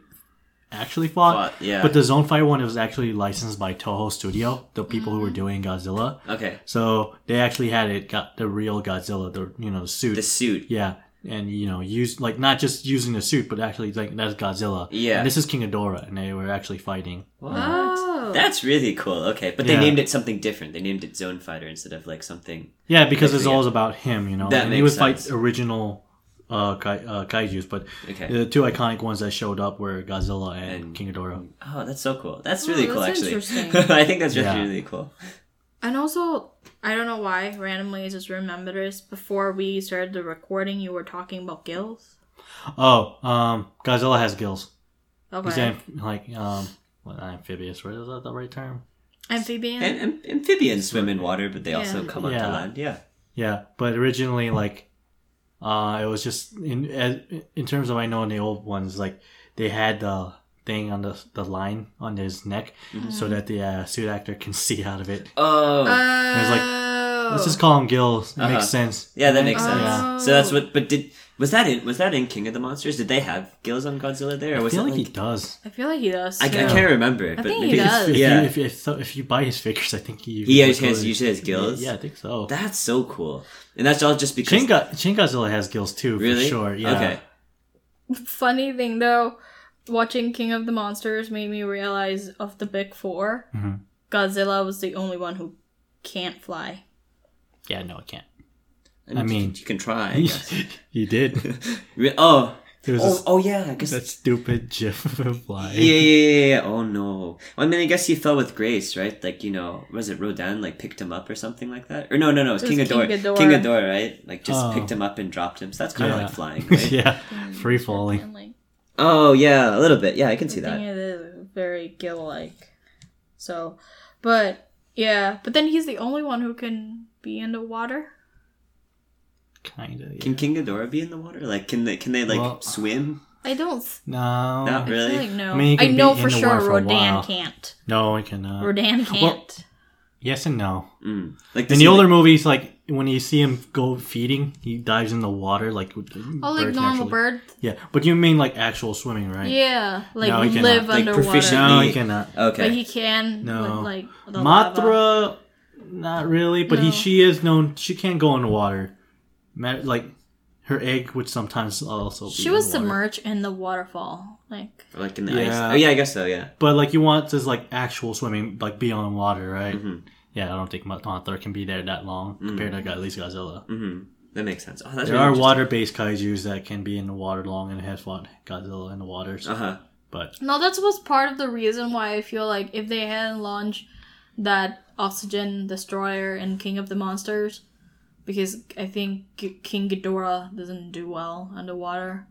actually But, yeah. but the Zone Fight one it was actually licensed by Toho Studio, the people who were Mm. doing Godzilla. okay. So they actually had it got the real Godzilla, the you know the suit. The suit. yeah, and you know use like not just using the suit, but actually like that's Godzilla. Yeah. and this is King Ghidorah, and they were actually fighting. Oh. That's really cool. Okay, but they Yeah. named it something different. They named it Zone Fighter instead of like something. Yeah, because it's Yeah. always about him, you know. That and he makes would sense. fight original uh, kai- uh kaiju's, but Okay. the two iconic ones that showed up were Godzilla and, And- King Ghidorah. Oh, that's so cool. That's Oh, really that's cool, actually. interesting. I think that's really, Yeah. really cool. And also, I don't know why, randomly, I just remember this. Before we started the recording, you were talking about gills. Oh, um, Godzilla has gills. Okay. He's amph- like um, what, amphibious. Right? Is that the right term? Amphibian? And, am- amphibians swim in water, but they also Yeah. come up to Yeah. land. Yeah. Yeah, but originally, like, uh, it was just in as, in terms of I know in the old ones, like they had the thing on the the line on his neck Mm-hmm. so that the uh, suit actor can see out of it. Oh. was like, oh. Let's just call him gills. It Uh-huh. makes sense. yeah, that makes sense. Yeah. So that's what. But did was that in was that in King of the Monsters? Did they have gills on Godzilla there, or I was feel it like, like? he does. I feel like he does. I, I too. can't remember, but think he maybe does. If, if Yeah. you, if, if, so, if you buy his figures, I think he He has- has- usually has gills? Yeah, I think so. that's so cool, and that's all just because. Shin, Go- Shin Godzilla has gills too, really? for sure. Yeah. Okay. Funny thing though, watching King of the Monsters made me realize of the big 4 Mhm. Godzilla was the only one who can't fly. Yeah, no, I can't. And I you can- mean- you can try. I He, guess. did. Re- oh. There was Oh, this, oh yeah, I guess that stupid gif of flying. Yeah, yeah, yeah, yeah. Oh no. Well, I mean, I guess he fell with grace, right? Like you know, was it Rodan like picked him up or something like that? Or no, no, no, it was, It King was Ghidorah. King Ghidorah. King Ghidorah, right? Like just Oh. picked him up and dropped him. So that's kind of Yeah. like flying, right? yeah, Mm. free falling. And like Oh yeah, a little bit. Yeah, I can see I think that. it is very gill like. So but yeah, but then he's the only one who can be in the water. Kind of. Can King Ghidorah be in the water? Like, can they can they like Well- swim? I don't. s- No. Not I really. feel like no. I mean, he I can know be for in the sure water for a Rodan while. Uh, Oh, can't. No, I cannot. Rodan can't. Yes and no. Mm. Like In this is the older movies, like when you see him go feeding, he dives in the water like with the oh, like birds normal naturally. bird. Yeah, but you mean like actual swimming, right? Yeah, like No, he cannot. live Like, underwater. proficient- No, Yeah. he cannot. Okay. But he can. No. With, like the lava. Mothra, not really, but he No. she is known. She can go in the water. Ma- Like her egg would sometimes also. Be She in was the water. submerged in the waterfall. Like Or, like in the Yeah. ice. Oh yeah, I guess so. Yeah. But like you want is like actual swimming, like be on water, right? Mhm. Yeah, I don't think Mo- Mothra can be there that long compared to at least Godzilla. hmm That makes sense. Oh, Mm. that's There are water-based kaiju's that can be in the water long and have fought Godzilla in the waters, Uh huh. but no, that was part of the reason why I feel like if they hadn't launched that oxygen destroyer and King of the Monsters, because I think G- King Ghidorah doesn't do well underwater,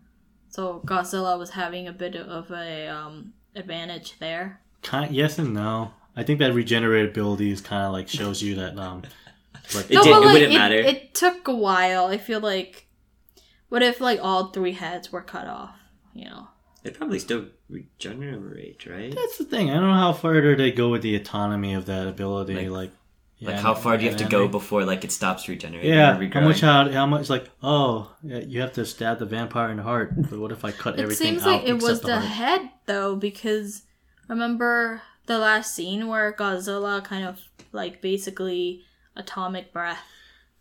so Godzilla was having a bit of a um, advantage there. kind yes and no. I think that regenerative ability is kind of like shows you that um, like It did- but, it wouldn't matter. It took a while. I feel like, what if like all three heads were cut off? You know. They probably still regenerate, right? That's the thing. I don't know how further they go with the autonomy of that ability. Like, Like- yeah, like, how far do you have to and go then- before like it stops regenerating? Yeah, or how much? regrowing? How, how much? Like, oh, yeah, you have to stab the vampire in the heart. But what if I cut It everything seems out like it was except the the heart? head though, because remember the last scene where Godzilla kind of like basically atomic breath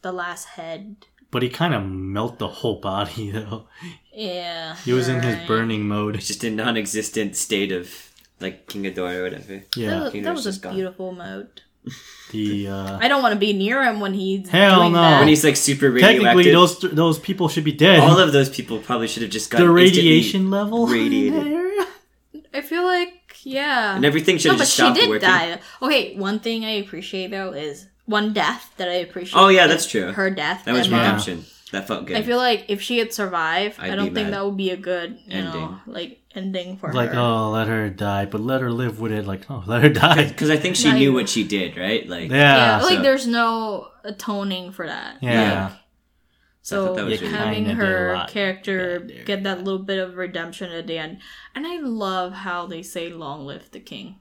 the last head. But he kind of melt the whole body though. Yeah. He was in his right. burning mode. It's just a non-existent state of like King Ghidorah or whatever. That, Yeah, was- Peter's that was just a gone. beautiful mode. the uh, I don't want to be near him when he's Hell doing no. that. When he's like super radioactive. technically those those people should be dead. all of those people probably should have just gotten the instantly- radiation level. radiated. I feel like yeah. and everything should No, have but just she stopped did working. die. Okay, one thing I appreciate though is one death that I appreciate. Oh, yeah, that's is true. Her death. That was and then- redemption. That felt good. I feel like if she had survived, I'd I don't be think mad. that would be a good you know Ending. like ending for Like, her. oh, let her die, but let her live with it. Like, oh, let her die. because I think she Not knew even- what she did, right? Like, yeah, Yeah, like so- there's no atoning for that. yeah. yeah. I So thought that was You really- having kinda did a her lot character bad there. get that little bit of redemption at the end, and I love how they say "Long live the king."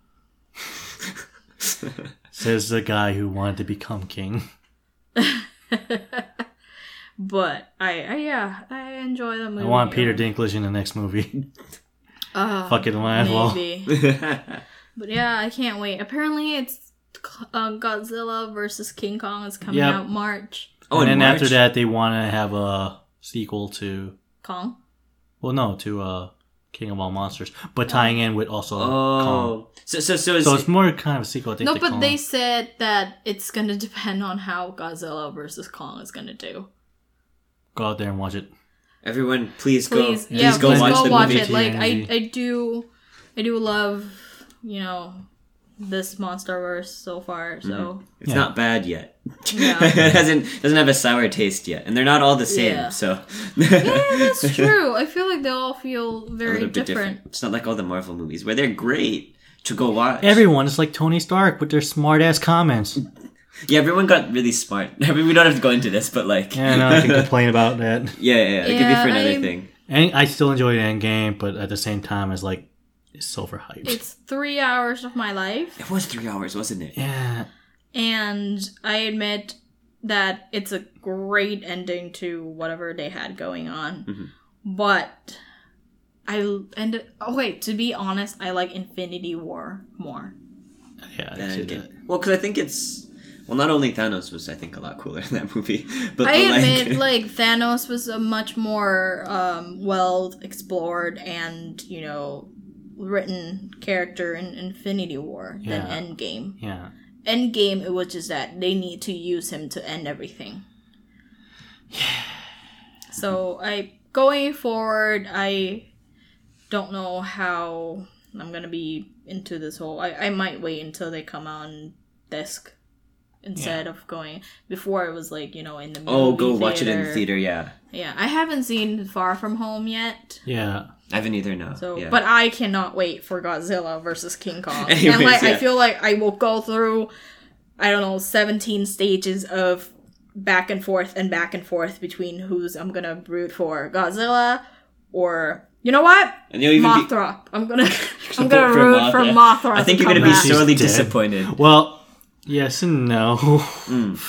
Says the guy who wanted to become king. But I, I yeah, I enjoy the movie. I want Peter Dinklage in the next movie. Uh, Fucking might as well. maybe. But yeah, I can't wait. Apparently, it's uh, Godzilla versus King Kong is coming Yep. out March. oh, and then in after March? that, they want to have a sequel to, Kong. well, no, to uh, King of All Monsters, but tying in with also Kong. Oh, so so so, is, So it's more kind of a sequel. I think, No, to but Kong. they said that it's gonna depend on how Godzilla versus Kong is gonna do. go out there and watch it. everyone, please, Please, go, yeah, please go please watch go the watch movie. it. Like I, TNG. I do, I do love, you know, this MonsterVerse so far. So It's Yeah. not bad yet. yeah, it hasn't doesn't have a sour taste yet, and they're not all the same. Yeah. So yeah, that's true. I feel like they all feel very different. It's not like all the Marvel movies where they're great to go watch. Everyone is like Tony Stark with their smart ass comments. yeah, everyone got really smart. I mean, we don't have to go into this, but like, Yeah, no, I can complain about that. yeah, yeah, yeah, it could be Yeah, for another I- thing. And I still enjoy the end game, but at the same time, it's like it's so overhyped. It's three hours of my life, It was three hours, wasn't it? yeah, and I admit that it's a great ending to whatever they had going on. Mhm. But I l- and oh wait, to be honest, I like Infinity War more. yeah. I That see endgame. that. Well, because I think it's well, not only Thanos was I think a lot cooler in that movie, but I the, like, admit, like Thanos was a much more um, well explored and you know written character in Infinity War than Yeah. Endgame. Yeah, Endgame, it was just that they need to use him to end everything. So I going forward, I don't know how I'm gonna be into this whole. I, I might wait until they come on disc instead of going before it was like you know in the oh, movie go watch it in the theater. theater. Yeah, Yeah, I haven't seen Far From Home yet. yeah. I haven't either. No, So, yeah. but I cannot wait for Godzilla versus King Kong. Anyways, and like, I yeah. feel like I will go through, I don't know, seventeen stages of back and forth and back and forth between who's I'm gonna root for Godzilla or you know what And you'll even be. Mothra. I'm gonna I'm Support gonna for root for Mothra. Mothra. I think to you're gonna come be back. She's sorely dead. disappointed. Well, yes and no. Hmm.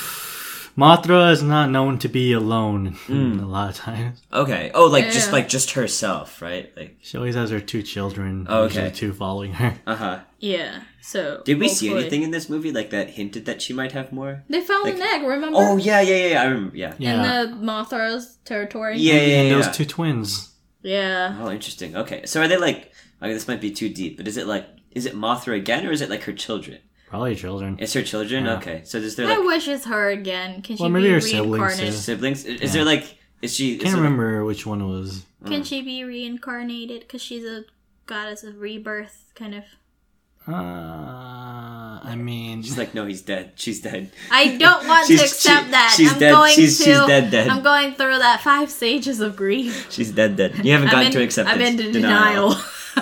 Mothra is not known to be alone Hmm. a lot of times. Okay. Oh, like just Yeah. like just herself, right? Like. She always has her two children, Oh, usually okay. two following her. Uh huh. yeah. So Did we see hopefully- anything in this movie like that hinted that she might have more? They found an Like- egg. Remember? Oh yeah, yeah, yeah. yeah, I remember. Yeah. Yeah. In the Mothra's territory. Yeah, yeah, yeah. and those yeah. two twins. Yeah. Oh, interesting. Okay, so are they like? Okay, this might be too deep, but is it like? Is it Mothra again, or is it like her children? Probably children. It's her children. Yeah. Okay, so is there I like wish it's her again. Can she Well, maybe be her siblings, reincarnated? yeah. siblings? Is, is Yeah. there like? Is she? is Can't there- remember which one it was. Can Mm. she be reincarnated? Because she's a goddess of rebirth, kind of. Uh, I mean, She's like, no, he's dead. She's dead. I don't want to She's- accept she- that. she's I'm dead. going She's- to. she's dead, dead. I'm going through that five stages of grief. She's dead. Dead. You haven't gotten I'm in, to acceptance. I'm in denial.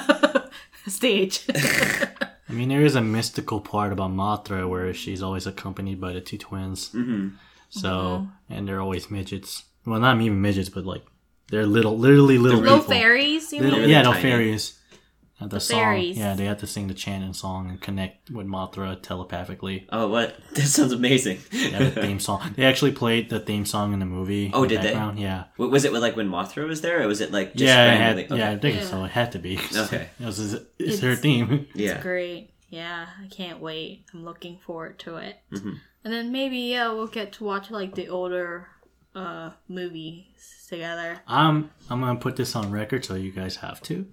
Stage. I mean, there is a mystical part about Mothra where she's always accompanied by the two twins. hmm So, Uh-huh. and they're always midgets. Well, not even midgets, but like they're little, literally little Little people. fairies, you Little- mean? They're yeah, really no tiny. fairies. At the, song, fairies. yeah, they have to sing the chant and song and connect with Mothra telepathically. Oh, what? That sounds amazing. Yeah, the theme song. They actually played the theme song in the movie. Oh, in the did they? background. Yeah, Wa- was it with like when Mothra was there, or was it like just yeah, it had, randomly? yeah. I okay. think Yeah. so. It had to be. Okay. it was, it's, her theme. yeah, Great. Yeah, I can't wait. I'm looking forward to it. Mhm. And then maybe yeah, we'll get to watch like the older uh movies together. I'm I'm gonna put this on record, so you guys have to.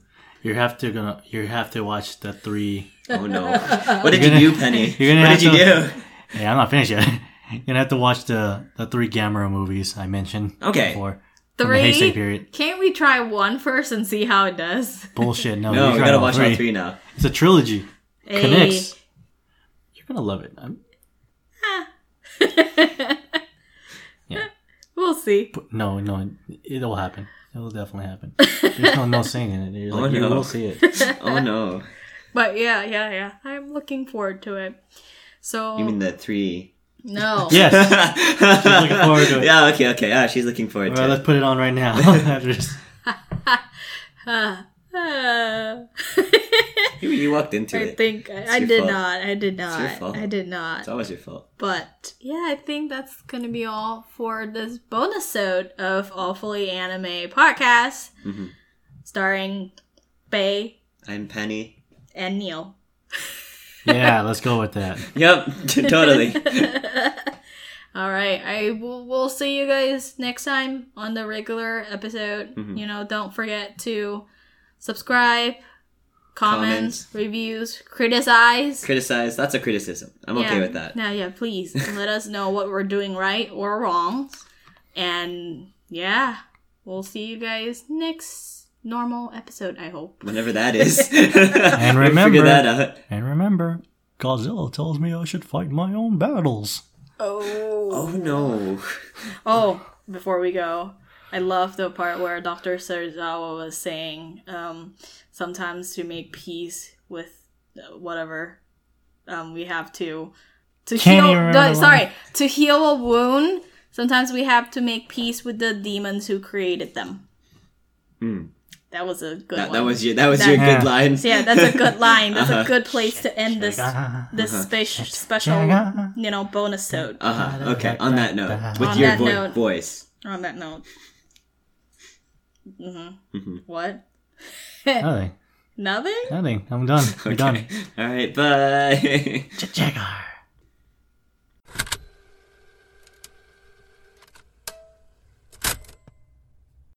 You have to gonna you have to watch the three. Oh no! What did you gonna- do, Penny? you're gonna what have did you do? to- Hey, I'm not finished yet. You're gonna have to watch the the three Gamera movies I mentioned. Okay. Before. From the Heisei Three. period. Can't we try one first and see how it does? Bullshit. No, No, you we gotta gotta watch all three now. It's a trilogy. Hey. Connects. You're gonna love it. I'm, We'll see. but no, no, it'll happen. It'll definitely happen. There's no no saying in it. You're like, Oh, you no. will see it. Oh no! But yeah, yeah, yeah. I'm looking forward to it. So You mean the three? no. Yes. looking forward to it. Yeah. Okay. Okay. Yeah, she's looking forward All to right, it. let's put it on right now. After this. Ah. Uh, You, you walked into I it. think I, I your did fault. not. I did your not. fault. I did not. It's always your fault. But yeah, I think that's gonna be all for this bonus episode of Awfully Anime Podcast, Mhm. starring Bay I'm Penny. and Neil. Yeah, let's go with that. Yep. totally. All right, I will we'll see you guys next time on the regular episode. Mm-hmm. You know, don't forget to subscribe, comments, Comments. reviews, criticize. Criticize. That's a criticism. I'm okay with that. Yeah, yeah, please let us know what we're doing right or wrong. And yeah, we'll see you guys next normal episode, I hope. Whenever that is. and remember- Figure that out. And remember, Godzilla tells me I should fight my own battles. Oh. Oh no. Oh, before we go, I love the part where Dr. Sarazawa was saying um, sometimes to make peace with uh, whatever um, we have to to Can't heal even remember no, what- sorry, to heal a wound, sometimes we have to make peace with the demons who created them. Hmm. That was a good That, one. that was your. That was That- your Yeah. good line. So yeah, that's a good line. That's a Uh-huh. good place to end this ah, this spe- special, Shaka. you know, bonus episode. Uh Ah, huh. Okay. On that note, with On your that vo- note. voice. On that note, mm-hmm. Mhm. what? Nothing. Nothing. Nothing. I'm done. I'm Okay. done. All right. Bye. Jagar.